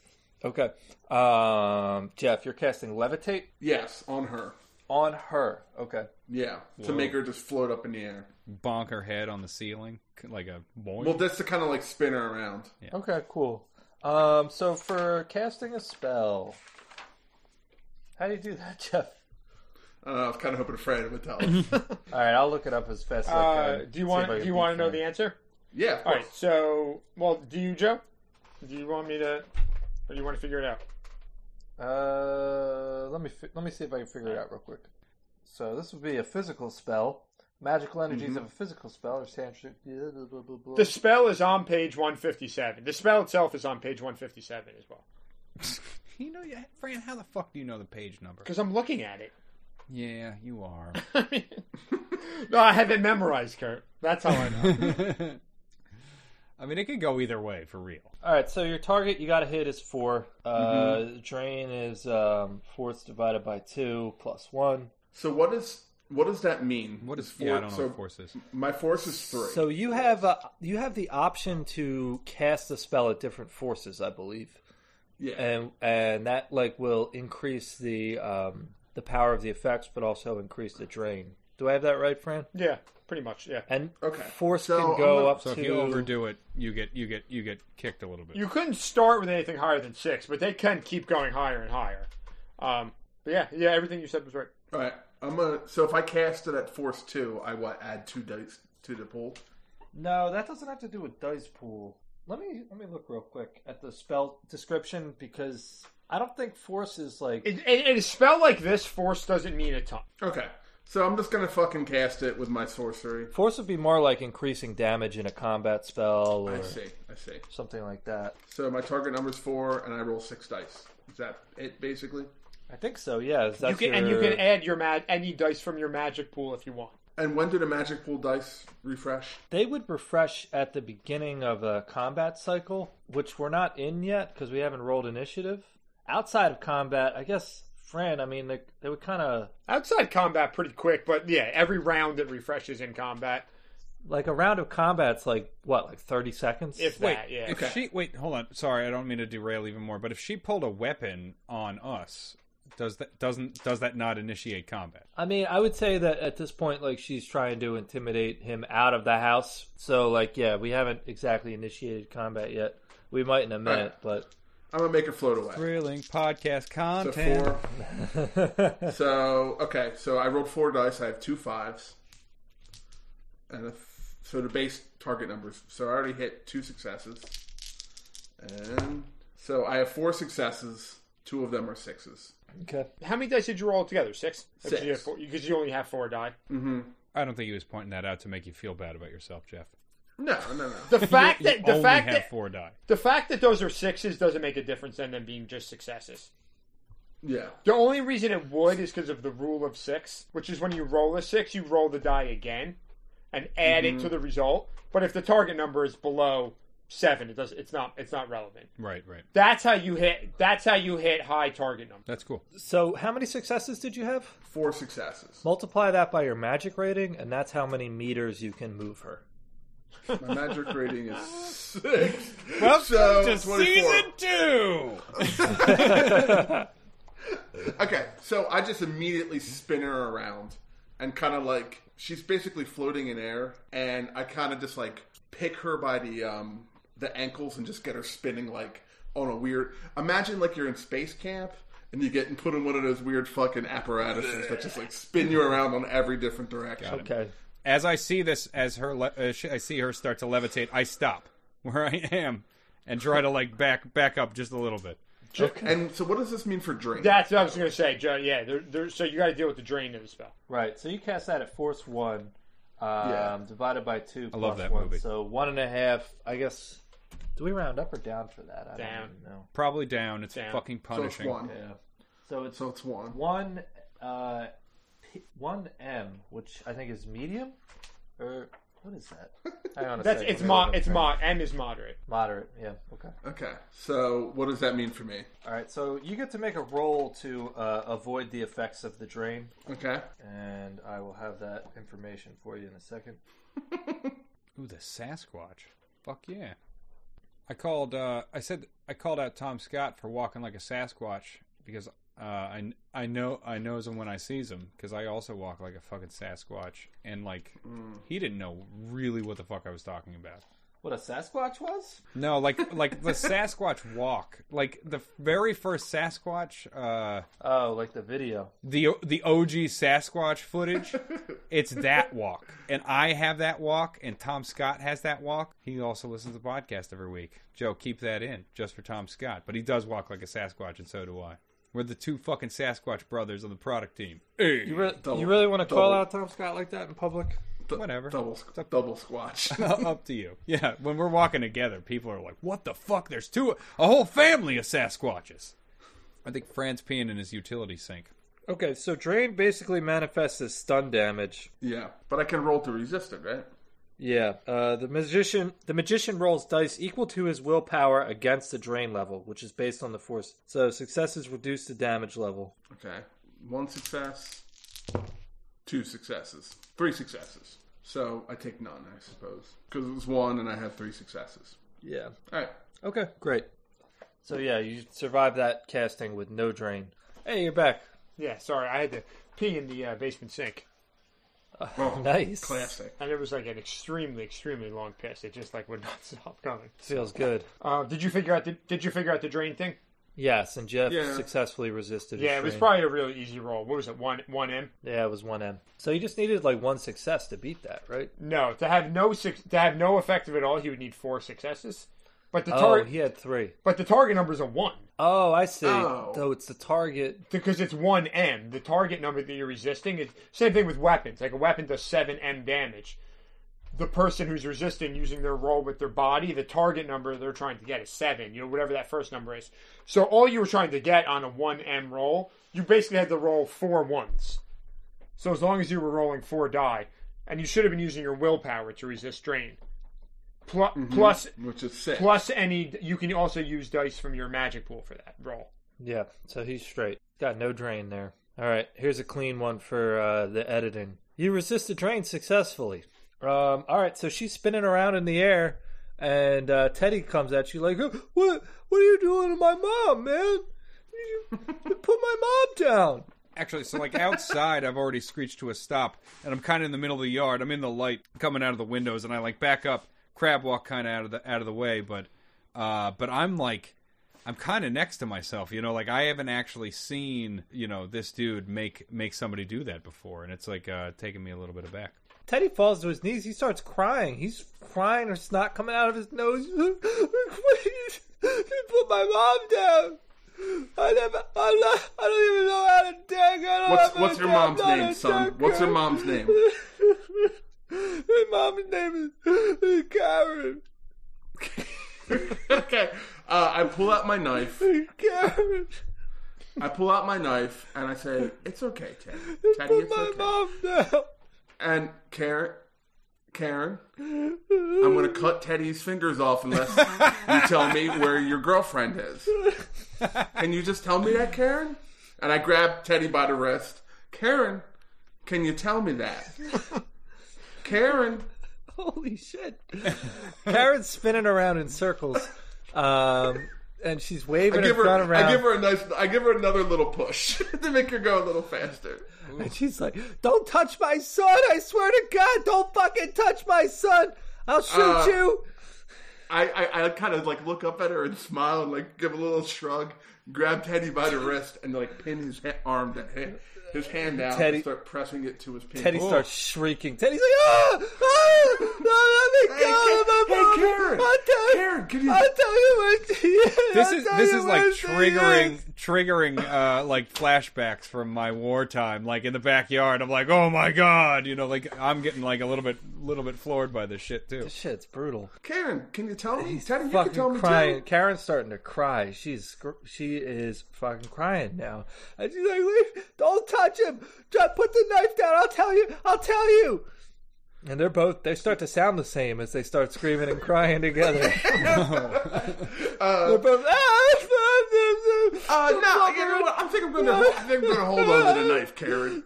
A: Okay, um, Jeff, you're casting levitate
B: Yes, on her.
A: on her. Okay,
B: Yeah, to make her just float up in the air.
C: bonk her head on the ceiling like a boy.
B: Well, that's to kind of like spin her around.
A: okay, cool. Um, so for casting a spell, how do you do that, Jeff?
B: Uh, I was kind of hoping Fran would tell us.
A: All right, I'll look it up as fast as I
D: Uh,
A: can.
D: do you want? Do you want to know the answer?
B: yeah, of
D: All
B: course.
D: right. So, well, do you, Joe? Do you want me to, or you want to figure it out?
A: the? Uh, let me fi- let me see if I can figure it out real quick. So this would be a physical spell. Magical energies
D: Mm-hmm.
A: of a physical spell or tantric. Blah, blah, blah, blah, blah.
D: The spell is on page 157. The spell itself is on page 157 as well.
C: you know, yeah, Fran, how the fuck do you know the page number?
D: Because I'm looking at it.
C: Yeah, you are.
D: I mean, no, I have it memorized, Kurt. That's how I know.
C: I mean, it could go either way for real.
A: All right, so your target you got to hit is four. Uh,
D: Mm-hmm.
A: Drain is um, fourth divided by two plus one.
B: So what is what does that mean?
C: What is
B: four?
C: yeah? I don't know
B: so
C: what force is.
B: My force is three.
A: So you have uh, you have the option to cast a spell at different forces, I believe,
B: yeah,
A: and and that like will increase the um, the power of the effects, but also increase the drain. Do I have that right, Fran?
D: yeah, pretty much. Yeah.
A: And
B: Okay.
A: force
B: So
A: can
B: I'm
A: go
B: gonna-
A: up
C: So if
A: to
C: you overdo it, you get you get you get kicked a little bit.
D: You couldn't start with anything higher than six, but they can keep going higher and higher. Um, but yeah, yeah, everything you said was right.
B: All right, I'm gonna. So if I cast it at force two, I what add two dice to the pool.
A: No, that doesn't have to do with dice pool. Let me let me look real quick at the spell description because I don't think force is like
D: In, in, in a spell like this, force doesn't mean a ton.
B: Okay, so I'm just gonna fucking cast it with my sorcery.
A: force would be more like increasing damage in a combat spell
B: I
A: or
B: see, I see.
A: something like that.
B: So my target number's four, and I roll six dice. Is that it basically?
A: I think so. Yeah, is
D: You
A: that's
D: can,
A: your...
D: and you can add your mag- any dice from your magic pool if you want.
B: And when do the magic pool dice refresh?
A: They would refresh at the beginning of a combat cycle, which we're not in yet because we haven't rolled initiative. Outside of combat, I guess Fran, I mean, they, they would kind of
D: Outside combat, pretty quick, but yeah, every round it refreshes in combat.
A: like a round of combat's like what, like thirty seconds?
D: If
C: Wait,
D: that, yeah.
C: if
B: Okay.
C: she wait, hold on. Sorry, I don't mean to derail even more. But if she pulled a weapon on us, does that doesn't does that not initiate combat?
A: I mean, I would say that at this point, like she's trying to intimidate him out of the house. So, like, yeah, we haven't exactly initiated combat yet. We might in a minute,
B: I'm gonna make it float away.
C: Thrilling podcast
B: So
C: content.
B: four.
A: but
B: So okay, so I rolled four dice. I have two fives, and a th- so the base target numbers. So I already hit two successes, and so I have four successes. Two of them are sixes.
A: okay.
D: How many dice did you roll altogether? Six.
B: Six.
D: Because you only have four die.
B: Mm-hmm.
C: I don't think he was pointing that out to make you feel bad about yourself, Jeff.
B: No, no, no.
D: The fact
C: You
D: that the
C: only
D: fact
C: have
D: that
C: four die.
D: the fact that those are sixes doesn't make a difference than them being just successes.
B: Yeah,
D: The only reason it would is because of the rule of six, which is when you roll a six, you roll the die again and add it to the result. But if the target number is below seven, it does it's not it's not relevant.
C: Right, right.
D: That's how you hit that's how you hit high target number.
C: That's cool.
A: So, how many successes did you have?
B: four successes.
A: Multiply that by your magic rating, and that's how many meters you can move her.
B: My magic rating is six.
C: season two.
B: Okay, so I just immediately spin her around and kind of like she's basically floating in air, and I kind of just like pick her by the um the ankles and just get her spinning like on a weird. Imagine like you're in space camp and you get put in one of those weird fucking apparatuses that just like spin you around on every different direction.
A: Okay.
C: As I see this, as her, le- uh, sh- I see her start to levitate. I stop where I am and try to like back back up just a little bit.
B: And so, what does this mean for drink?
D: That's what I was gonna say, Joe. Yeah, there, there, so you got to deal with the drain of the spell.
A: Right. So you cast that at force one, um,
B: Yeah.
A: divided by two. I
C: love that
A: one.
C: movie.
A: So one and a half. I guess. Do we round up or down for that? I
D: Down.
A: don't even know.
C: Probably down. It's
D: Down.
C: fucking
B: so it's
C: punishing.
B: one.
A: Yeah. So it's
B: So it's one.
A: one, uh, P- one M, which I think is medium, or what is that? Hang on a
D: That's
A: second.
D: it's mod. It's mod. M is moderate.
A: moderate. Yeah. Okay.
B: Okay, so what does that mean for me?
A: All right. So you get to make a roll to uh, avoid the effects of the drain,
B: Okay,
A: and I will have that information for you in a second.
C: Ooh, the Sasquatch. Fuck yeah. I called. Uh, I said I called out Tom Scott for walking like a Sasquatch because uh, I I know I knows him when I sees him because I also walk like a fucking Sasquatch and like
B: Mm.
C: he didn't know really what the fuck I was talking about.
A: What a Sasquatch was?
C: No, like like the Sasquatch walk, like the very first Sasquatch, uh,
A: Oh, like the video.
C: the the OG Sasquatch footage. It's that walk, and I have that walk, and Tom Scott has that walk. He also listens to the podcast every week. Joe, keep that in just for Tom Scott, but he does walk like a Sasquatch, and so do I. We're the two fucking Sasquatch brothers on the product team. Hey.
A: You really,
B: Double-
A: you really want to
B: double.
A: call out Tom Scott like that in public?
B: D-
C: Whatever.
B: Double, double squatch.
C: Uh, up to you. Yeah, when we're walking together, people are like, "What the fuck? There's two, a whole family of Sasquatches." I think Fran's peeing in his utility sink.
A: Okay, so drain basically manifests as stun damage.
B: yeah, but I can roll to resist it, right?
A: Yeah, uh, the magician the magician rolls dice equal to his willpower against the drain level, which is based on the force. So success is reduced to damage level.
B: Okay. One success, two successes, three successes. So I take none, I suppose. Because it was one and I had three successes.
A: Yeah.
B: All right.
A: Okay, great. So yeah, you survive that casting with no drain. Hey, you're back.
D: Yeah, sorry, I had to pee in the uh, basement sink,
B: Well,
A: Nice.
B: Classic.
D: and it was like an extremely, extremely long piss. It just like would not stop coming.
A: Feels good.
D: Uh, did you figure out? The, did you figure out the drain thing?
A: Yes, and Jeff
B: Yeah.
A: successfully resisted. his
D: Yeah, it was
A: drain.
D: probably a really easy roll. What was it? One one M.
A: Yeah, it was one M. So you just needed like one success to beat that, right?
D: No, to have no suc- to have no effective at all, he would need four successes. But the
A: Oh,
D: target,
A: he had three.
D: but the target number is a one
A: Oh, I see.
B: Oh.
A: So it's the target.
D: because it's one M. The target number that you're resisting is same thing with weapons. Like a weapon does seven M damage. The person who's resisting using their roll with their body, the target number they're trying to get is seven. You know, whatever that first number is. So all you were trying to get on a one M roll, you basically had to roll four ones. So as long as you were rolling four die, and you should have been using your willpower to resist drain. Plu- Plus
B: Which is six.
D: plus any you can also use dice from your magic pool for that roll
A: Yeah, so he's straight. Got no drain there. All right, here's a clean one for uh, the editing. You resist the drain successfully. Um, all right, so she's spinning around in the air, and uh, Teddy comes at you like, "What? What are you doing to my mom, man? You put my mom down."
C: Actually, so like outside, I've already screeched to a stop, and I'm kind of in the middle of the yard. I'm in the light coming out of the windows, and I like back up, crab walk kind of out of the out of the way, but uh, but I'm like, I'm kind of next to myself, you know. Like I haven't actually seen you know this dude make make somebody do that before, and it's like uh, taking me a little bit aback.
A: Teddy falls to his knees. He starts crying. He's crying. There's snot coming out of his nose. Please, you put my mom down. I never, I'm not, I don't even know how to take it.
B: What's what's your mom's name, son? What's her mom's name?
A: name? My mom's name is, is Karen.
B: okay, uh, I pull out my knife.
A: Karen.
B: I pull out my knife and I say, "It's okay, Teddy. Teddy,
A: Put
B: it's
A: my
B: okay."
A: mom down.
B: And Karen, Karen, I'm gonna cut Teddy's fingers off unless you tell me where your girlfriend is. Can you just tell me that, Karen? And I grab Teddy by the wrist. Karen, can you tell me that? Karen,
A: Holy shit. Karen's spinning around in circles. Um, and she's waving
B: I
A: her
B: give her,
A: front around.
B: I give her a nice, I give her another little push to make her go a little faster.
A: And she's like, "Don't touch my son! I swear to God, don't fucking touch my son! I'll shoot
B: Uh,
A: you!"
B: I, I, I kind of like look up at her and smile and like give a little shrug, grab Teddy by the wrist and like pin his ha- arm, that ha- his hand out,
A: Teddy-
B: and start pressing it to his penis.
A: Teddy starts shrieking. Teddy's like, "Ah! ah no, let me
B: Hey,
A: go!
B: Ka-
A: my
B: hey,
A: mom-
B: Karen!
A: I'll tell,
B: Karen, can you-
A: I'll tell you where she is!
C: this
A: I'll
C: is
A: tell
C: this
A: you
C: is like
A: where she
C: triggering
A: is."
C: triggering uh like flashbacks from my wartime like in the backyard i'm like oh my god you know like i'm getting like a little bit little bit floored by this shit too
A: This shit's brutal.
B: Karen, can you tell me? Teddy, you can
A: fucking
B: tell me
A: crying.
B: too.
A: Karen's starting to cry. She's scr- she is fucking crying now, and she's like, "Leave! Don't touch him! Just put the knife down! I'll tell you! I'll tell you!" And they're both. They start to sound the same as they start screaming and crying together. they're both. "Ah,
B: Uh, no, you know what? I think I'm gonna, I think I'm gonna hold on to the knife, Karen.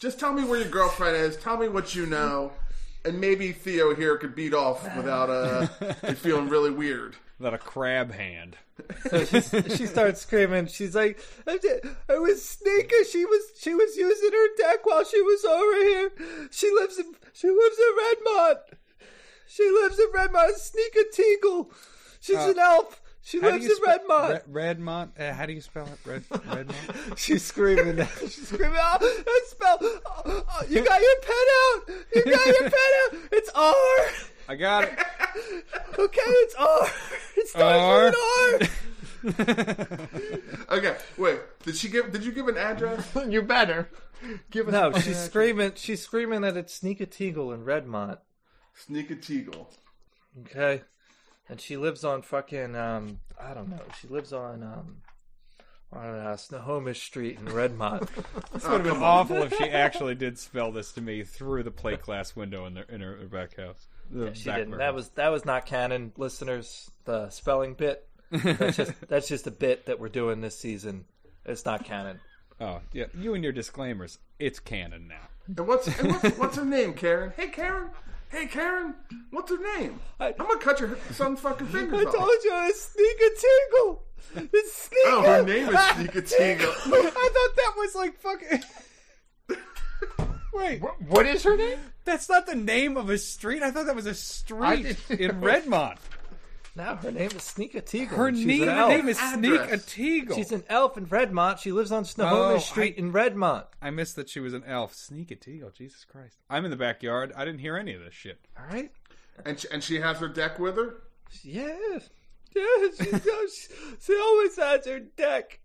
B: Just tell me where your girlfriend is. Tell me what you know, and maybe Theo here could beat off without uh it feeling really weird.
C: that a crab hand
A: she starts screaming. She's like, "I did- I was sneaker. She was she was using her deck while she was over here. She lives in she lives in Redmond. She lives in Redmond. Sneaker Teagle. She's an elf. She lives in Redmond.
C: Red, redmont uh, how do you spell it red redmont
A: She's screaming. now. She's screaming. Oh, I spell. oh, oh, you got your pen out. You got your pen out. It's R.
C: i got it
A: Okay, it's R. It starts
C: R.
A: with an R.
B: Okay, wait. Did she give? Did you give an address?
D: you better.
B: Give us
A: No,
B: an
A: she's
B: address.
A: screaming. She's screaming that it's Sneaker Teagle in Redmont.
B: Sneak a teagle.
A: Okay, and she lives on fucking um I don't know. She lives on um on uh, Snohomish Street in Redmont.
C: this would have been awful if she actually did spell this to me through the plate glass window in, the, in her back house The
A: she
C: back
A: didn't.
C: room.
A: That was that was not canon, listeners. The spelling bit. That's just that's just a bit that we're doing this season. It's not canon.
C: oh yeah you and your disclaimers it's canon now
B: And what's and what's, what's her name, Karen? Hey, Karen. Hey, Karen. What's her name? I,
A: I-
B: am gonna cut your son's fucking fingers off.
A: you it's Sneaker Tingle. It's Sneaker.
B: Oh, her name is Sneak a teagle.
C: I thought that was like fucking. Wait,
D: What is her name?
C: that's not the name of a street. I thought that was a street
D: didn't
C: in Redmond.
A: Now her name is Sneaker Teagle.
C: Her
A: and Oh, she's
C: name,
A: an
C: her
A: elf.
C: name is Sneak
B: Address.
C: Ateagle.
A: She's an elf in Redmont. She lives on Snohomish
C: Oh,
A: Street
C: I-
A: in Redmont.
C: I missed that she was an elf. Sneak Ateagle. Jesus Christ. I'm in the backyard. I didn't hear any of this shit.
A: All right.
B: and she, and she has her deck with her.
A: Yeah. Yeah. She, she, she always has her deck.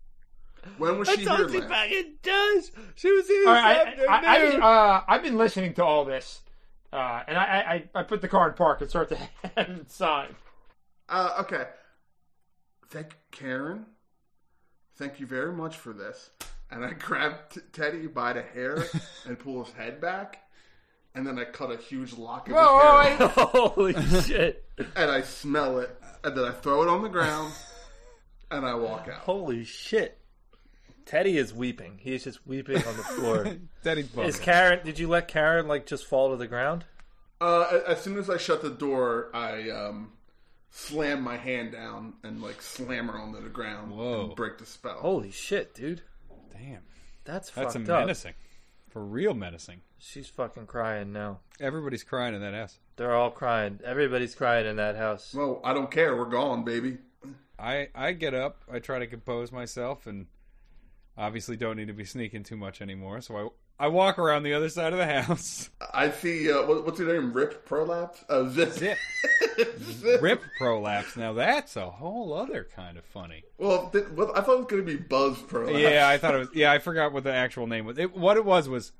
B: When was she
A: That's
B: here
A: all she
B: last?
A: fucking does. She was here this
D: All right, I,
A: afternoon.
D: I, I, uh, I've been listening to all this, uh, and I, I, I put the car in park and start to head inside.
B: Uh, okay. Thank Karen. Thank you very much for this. And I grab t- Teddy by the hair and pull his head back, and then I cut a huge lock of his hair.
D: Whoa, whoa, wait.
A: Holy shit.
B: and I smell it, and then I throw it on the ground, and I walk out.
A: Holy shit. Teddy is weeping. He is just weeping on the floor.
C: Daddy's bugging.
A: is Karen? Did you let Karen like just fall to the ground?
B: Uh, a- as soon as I shut the door, I um, slam my hand down and like slam her onto the ground
C: Whoa.
B: and break the spell.
A: Holy shit, dude!
C: Damn,
A: That's
C: that's
A: fucked
C: a
A: up.
C: menacing, for real menacing.
A: She's fucking crying now.
C: Everybody's crying in that ass.
A: They're all crying. Everybody's crying in that house.
B: Well, I don't care. We're gone, baby.
C: I I get up, I try to compose myself, and obviously don't need to be sneaking too much anymore. So I I walk around the other side of the house.
B: I see. Uh, what, what's her name? Rip Prolapse. Uh, Zip.
C: Zip. Rip prolapse. Now that's a whole other kind of funny.
B: Well, th- well, I thought it was going to be Buzz Prolapse.
C: Yeah, I thought it was. Yeah, I forgot what the actual name was. It, what it was was,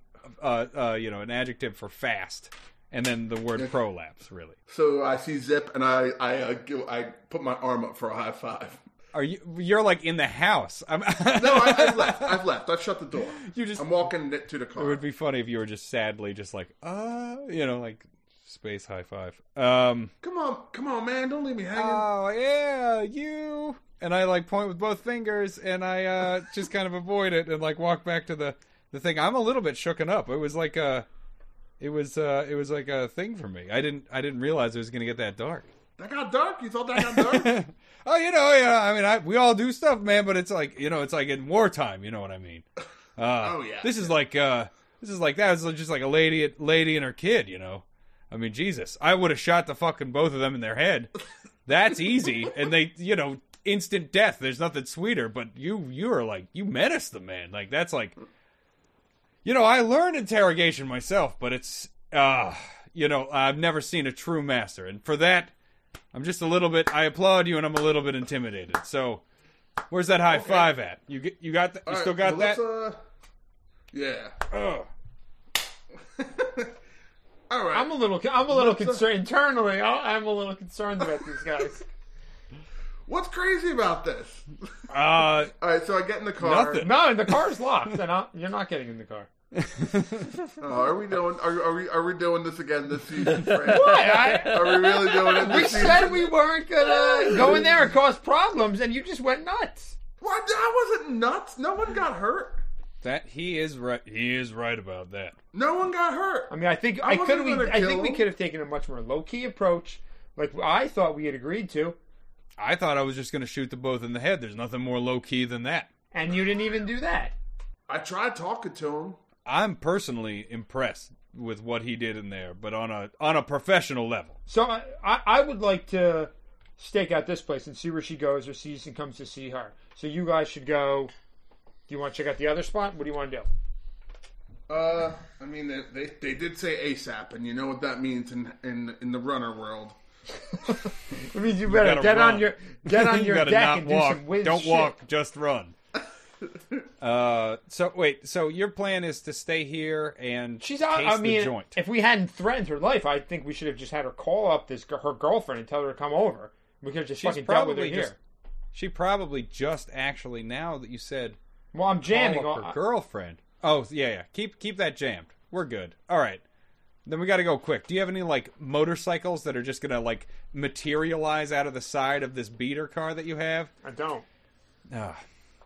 C: uh, uh, you know, an adjective for fast, and then the word prolapse. Really,
B: So I see Zip, and I I uh, give, I put my arm up for a high five.
C: are you? You're like in the house. I'm,
B: No, I, I've left. I've left. I've shut the door.
C: You just-
B: I'm walking to the car.
C: It would be funny if you were just sadly just like, uh, you know, like space high five. Um,
B: Come on, come on, man! Don't leave me hanging.
C: oh yeah, you. And I like point with both fingers, and I uh, just kind of avoid it and like walk back to the the thing. I'm a little bit shooken up. It was like a, it was uh, it was like a thing for me. I didn't I didn't realize it was gonna get that dark.
B: that got dark. You thought that got dark?
C: oh, you know, yeah. I mean, I, we all do stuff, man. But it's like, you know, it's like in wartime. You know what I mean? Uh,
B: Oh, yeah.
C: This is like, uh, this is like that. This is just like a lady, lady and her kid. You know, I mean, Jesus, I would have shot the fucking both of them in their head. That's easy, and they, you know, instant death. There's nothing sweeter. But you, you are like, you menace the man. Like that's like, you know, I learned interrogation myself, but it's, uh, you know, I've never seen a true master, and for that. I'm just a little bit. I applaud you, and I'm a little bit intimidated. So, where's that high five at? You get, you got, th- you
B: All right,
C: still got
B: well, let's,
C: that?
B: Uh, yeah.
C: Ugh.
B: All right.
D: I'm a little, I'm a little concerned internally. I- I'm a little concerned about these guys.
B: What's crazy about this?
C: Uh,
B: All right, so I get in the car.
C: Nothing.
D: No, and the car's locked, and I, you're not getting in the car.
B: Oh, are we doing? Are, are we? Are we doing this again this season? Fran?
D: What? I,
B: Are we really doing it?
D: we
B: this
D: said
B: season?
D: we weren't gonna go in there and cause problems, and you just went nuts.
B: What? I wasn't nuts. No one got hurt.
C: that he is right. He is right about that.
B: No one got hurt.
D: I mean, I think
B: I
D: I could.
B: wasn't
D: We,
B: gonna
D: I
B: kill
D: think we
B: him.
D: could have taken a much more low key approach, like I thought we had agreed to,
C: I thought I was just gonna shoot them both in the head. There's nothing more low key than that.
D: and you didn't even do that.
B: I tried talking to him.
C: I'm personally impressed with what he did in there, but on a on a professional level.
D: So I, I, I would like to stake out this place and see where she goes, or Susan comes to see her. So you guys should go. Do you want to check out the other spot? What do you want to do?
B: Uh, I mean, they, they they did say ASAP, and you know what that means in in in the runner world.
D: It means you better
C: gotta
D: get
C: run.
D: on your get on
C: You
D: your
C: gotta
D: deck
C: not
D: and
C: walk.
D: do some whiz
C: Don't
D: shit.
C: walk, just run. uh, so wait, so your plan is to stay here and
D: She's out.
C: taste
D: I mean,
C: the joint.
D: if we hadn't threatened her life, I think we should have just had her call up this her girlfriend and tell her to come over. We could have just
C: She's
D: fucking dealt with her
C: probably just-
D: here.
C: She probably just actually now that you said
D: Well, I'm
C: call
D: jamming.
C: up her
D: I-
C: girlfriend. Oh yeah, yeah. Keep keep that jammed. We're good. All right. Then we got to go quick. Do you have any like motorcycles that are just gonna like materialize out of the side of this beater car that you have?
D: I don't.
C: Ugh.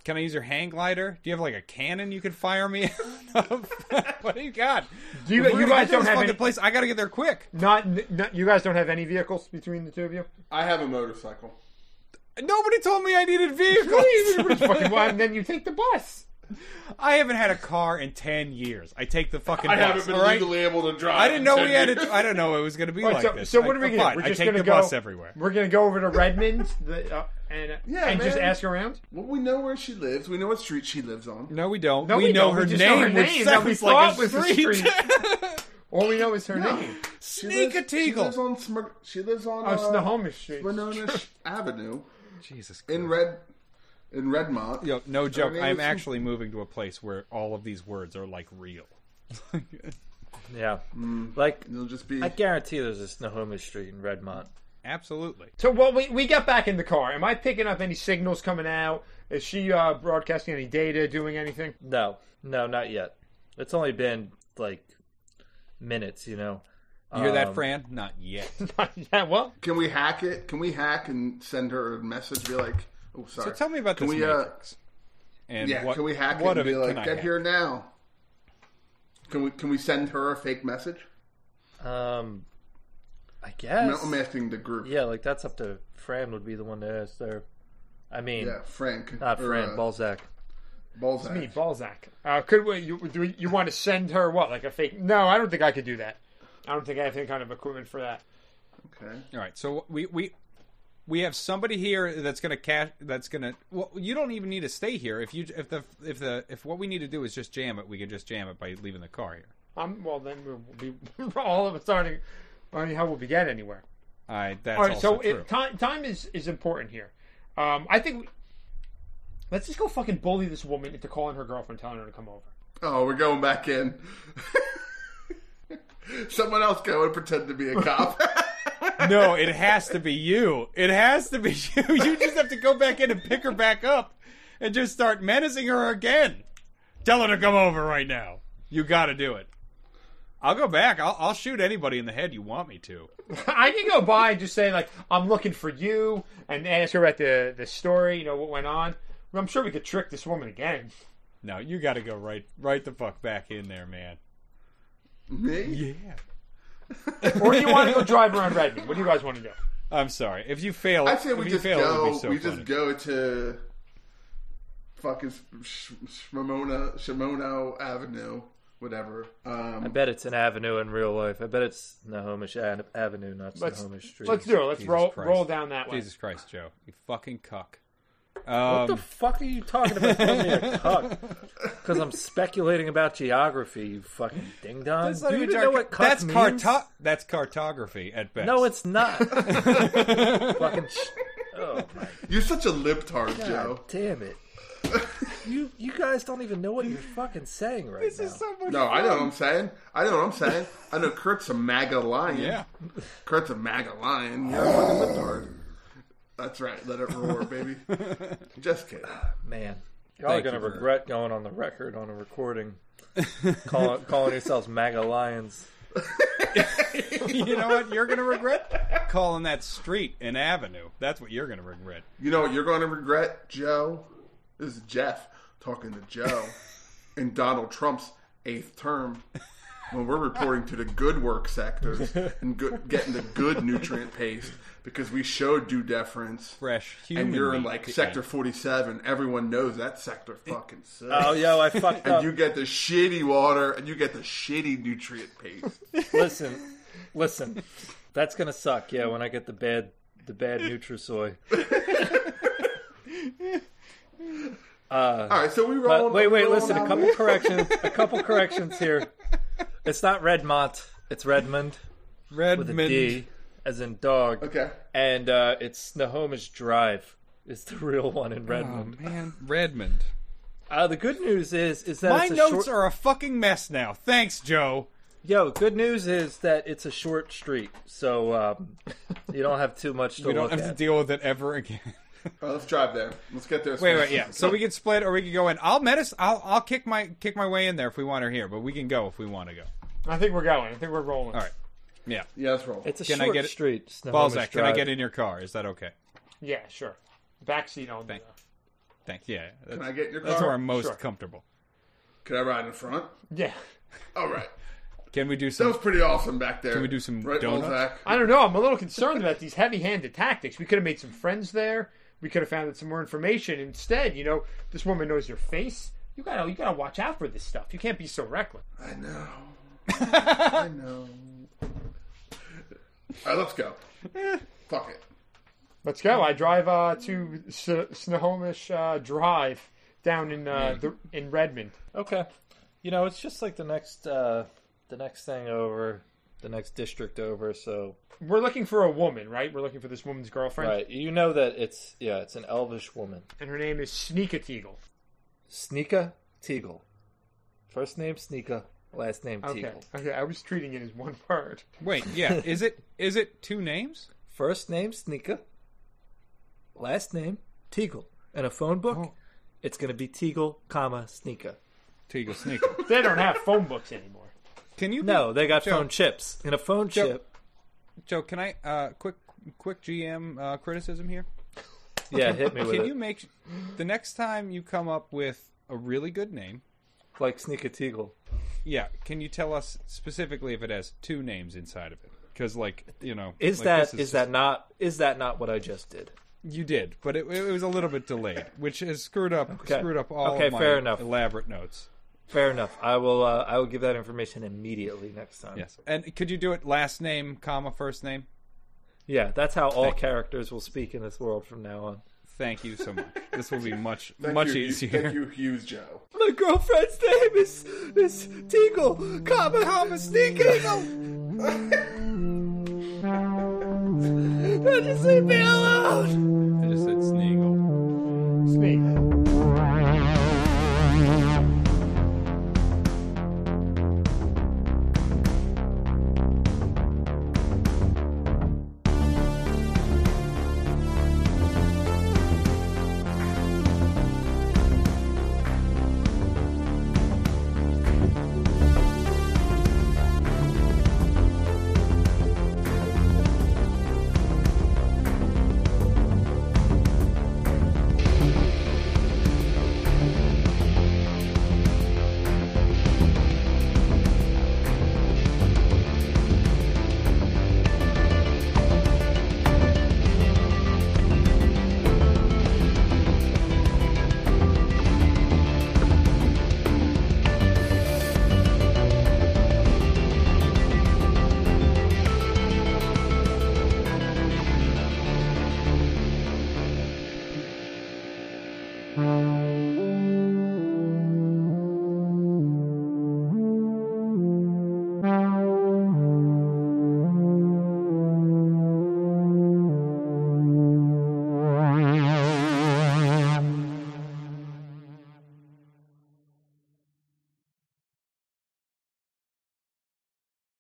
C: Can I use your hang glider? Do you have like a cannon you can fire me? out of? what do you got?
D: Do you-
C: We're
D: you
C: gonna
D: guys
C: get to
D: don't
C: this
D: have
C: fucking
D: any-
C: place. I gotta get there quick.
D: Not, not you guys don't have any vehicles between the two of you.
B: I have a motorcycle.
C: Nobody told me I needed vehicles.
D: Everybody's fucking. Well, and then you take the bus.
C: I haven't had a car in ten years. I take the fucking.
B: I
C: bus,
B: haven't been
C: all right?
B: legally able to drive.
C: I didn't
B: in
C: know
B: 10
C: we had
B: years.
C: it. I don't know it was going to be
D: Right,
C: like
D: so-
C: this.
D: so what are
C: I-
D: we gonna do?
C: fine,
D: We're
C: I
D: just
C: take
D: gonna
C: the bus
D: go-
C: everywhere.
D: We're gonna go over to Redmond's the, uh, and
B: Yeah,
D: and just
B: man.
D: ask around.
B: Well, we know where she lives. We know what street she lives on.
C: No, we don't.
D: No,
C: we,
D: we
C: know,
D: don't. We
C: her
D: just "Oh,
C: name,
D: know her
C: which
D: name that we
C: sounds like
D: thought
C: a
D: was the
C: street.
D: street. All we know is her
B: No.
D: name.
B: She
C: Sneak
B: lives-
C: a
B: She
C: teagle.
B: lives on Smir- She lives on.
D: Oh,
B: uh,
D: it's Snohomish Street.
B: Winona Sh- Avenue
C: Jesus. Christ.
B: in Red in Redmont.
C: Yo, no joke.
B: name
C: I'm
B: is-
C: actually moving to a place where all of these words are like real.
A: Yeah,
D: mm.
A: like
B: It'll just be.
A: I guarantee there's a Snohomish Street in Redmont.
C: Absolutely.
D: So, well, we, we got back in the car. Am I picking up any signals coming out? Is she uh, broadcasting any data, doing anything?
A: No, no, not yet. It's only been like minutes, you know.
C: You hear that,
A: Um,
C: Fran? Not yet.
D: yeah, well,
B: Can we hack it? Can we hack and send her a message? Be like, oh, sorry.
C: So tell me about
B: Can
C: this
B: we, uh,
C: matrix. And
B: yeah,
C: what,
B: can we hack
C: what
B: it and
C: of
B: be
C: it
B: like,
C: can I
B: get
C: hack?"
B: here now? Can we can we send her a fake message?
A: Um, I
B: I'm-
A: guess.
B: I'm asking the group.
A: Yeah, like that's up to Fran would be the one to ask there. I mean,
B: Yeah, Frank.
A: not
B: or,
A: Fran,
B: uh,
A: Balzac.
B: Balzac.
D: Me, Balzac. Uh, could we, you do you want to send her what like a fake? No, I don't think I could do that. I don't think I have any kind of equipment for that.
B: Okay.
C: All right, so we we we have somebody here that's going to cash. That's going to. Well, you don't even need to stay here. If you if the if the if what we need to do is just jam it, we can just jam it by leaving the car here.
D: Um, well, then we'll be all of a sudden. I mean, how will we get anywhere?
C: All right, that's
D: All right,
C: also
D: so
C: true.
D: it, time time is is important here. Um, I think we, let's just go fucking bully this woman into calling her girlfriend, telling her to come over.
B: Oh, we're going back in. Someone else go and pretend to be a cop.
C: no, it has to be you. It has to be you. You just have to go back in and pick her back up and just start menacing her again. Tell her to come over right now. You got to do it. I'll go back. I'll, I'll shoot anybody in the head you want me to.
D: I can go by and just say like I'm looking for you, and ask her about the the story. You know what went on. Well, I'm sure we could trick this woman again.
C: No, you got to go right right the fuck back in there, man.
B: Me?
C: Yeah.
D: Or do you want to go drive around Redmond? What do you guys want to do?
C: I'm sorry. If you fail,
B: I say
C: if
B: we
C: you
B: just
C: fail, it would
B: go.
C: be so
B: we
C: funny.
B: just go to fucking Sh- Sh- Shimono Shimono Avenue, whatever. Um,
A: I bet it's an avenue in real life. I bet it's Nahomish Ad- Avenue, not
D: Let's-
A: Nahomish Street.
D: Let's do it. Let's
C: Jesus
D: roll
C: Christ.
D: roll down that way.
C: Jesus Christ, Joe, you fucking cuck.
A: What the
C: Um,
A: fuck are you talking about? calling me a Because I'm speculating about geography, you fucking ding dong.
C: that's not
A: Do you
C: even
A: even know
C: jargon.
A: what cuck
C: that's
A: means?
C: carto- That's cartography at best.
A: No, it's not. fucking. Sh- oh my
B: You're such a libtard,
A: god,
B: Joe.
A: damn it! You you guys don't even know what you're fucking saying right now.
B: No, I know what I'm saying. I know what I'm saying. I know Kurt's a MAGA lion.
C: Yeah.
B: Kurt's a MAGA lion. You're a fucking libtard. That's right. Let it roar, baby. Just kidding.
A: Man, y'all are
C: Thank
A: gonna
C: you for-
A: regret going on the record on a recording, call, calling yourselves MAGA lions.
C: you know what you're gonna regret? Calling that street an avenue. That's what you're gonna regret.
B: You know what you're going to regret, Joe? This is Jeff talking to Joe in Donald Trump's eighth term when we're reporting to the good work sectors and good, getting the good nutrient paste because we showed due deference.
C: Fresh human.
B: And you're in
C: meat.
B: like Sector 47. Everyone knows that sector fucking sucks.
A: Oh yo, I fucked
B: and
A: up.
B: you get the shitty water and you get the shitty nutrient paste.
A: Listen, listen, that's gonna suck. Yeah, when I get the bad the bad Nutrisoy.
B: All right, so we roll.
A: Uh, But wait, wait,
B: roll
A: listen. A
B: down
A: couple
B: there.
A: corrections. A couple corrections here. It's not Redmont. It's Redmond with a
C: Redmond.
A: D, as in dog.
B: Okay.
A: And uh, it's Nahomish Drive. Is the real one in
C: Oh
A: Redmond.
C: man, Redmond.
A: Uh, the good news is is that
C: My
A: it's a
C: notes
A: short...
C: are a fucking mess now. Thanks, Joe.
A: Yo, good news is that it's a short street, so um, you don't have too much to
C: We don't
A: look
C: have
A: at.
C: to deal with it ever again.
B: All right, let's drive there. Let's get there.
C: Wait, wait, yeah. So we can split, or we can go in. I'll menace. I'll, I'll kick my kick my way in there if we want her here, but we can go if we want to go.
D: I think we're going. I think we're rolling.
C: All right. Yeah.
B: Yeah, let's roll.
A: It's a
C: Can I
A: short
C: get it-
A: street. Snohomish
C: Balzac, can I
A: Drive.
C: get in your car? Is that okay?
D: Yeah, sure. Backseat only.
C: Thank- Thanks. Yeah. That's,
B: Can I get in your
C: that's where
B: car?
C: I'm most
D: Sure.
C: comfortable.
B: Can I ride in front?
D: Yeah.
B: All right.
C: Can we do
B: That
C: some?
B: was pretty awesome back there. Can
C: we do some
B: right,
C: donuts?
B: Balzac?
D: I don't know. I'm a little concerned about these heavy-handed tactics. We could have made some friends there. We could have found some more information. Instead, you know, this woman knows your face. You gotta, you gotta watch out for this stuff. You can't be so reckless.
B: I know. I know. All right, let's go.
C: Eh.
B: Fuck it.
D: Let's go. I drive uh, to S- Snohomish uh, Drive down in
A: Hmm.
D: uh, the, in Redmond.
A: Okay. You know, it's just like the next uh the next thing over, the next district over, so
D: We're looking for a woman, right? We're looking for this woman's girlfriend,
A: right, you know that it's yeah, it's an elvish woman.
D: and her name is Sneakateagle.
A: Sneeka Teagle. First name Sneeka, last name
D: Okay,
A: Teagle.
D: okay. I was treating it as one word.
C: Wait. Yeah. Is it is it two names?
A: First name Sneeka, last name Teagle. In a phone book,
C: Oh.
A: it's going to be Teagle, comma Sneeka.
C: Teagle Sneaker.
D: They don't have phone books anymore.
C: Can you?
A: No, they got
C: Joe.
A: phone chips. In a phone
C: Joe.
A: chip,
C: Joe, can I uh, quick quick GM uh, criticism here?
A: Yeah, hit me with
C: Can
A: it.
C: you make the next time you come up with a really good name?
A: Like Sneak a Teagle.
C: Yeah, can you tell us specifically if it has two names inside of it? Because like you know,
A: Is
C: like,
A: that
C: this
A: is that not is that not what I just did?
C: you did? But it, it was a little bit delayed, which has screwed up
A: Okay.
C: screwed up all
A: Okay,
C: of my
A: fair enough.
C: elaborate notes.
A: Fair enough. I will uh, I will give that information immediately next time.
C: Yes, and could you do it last name, comma first name?
A: Yeah, that's how all
C: Thank you.
A: characters will speak in this world from now on.
C: Thank you so much. this will be much
B: Thank
C: much
B: you,
C: easier.
B: Thank you, Hughes Joe.
A: My girlfriend's name is is Teagle, comma comma Sneak Eagle. Just leave me alone.
C: I just said Sneagle.
D: Sneak.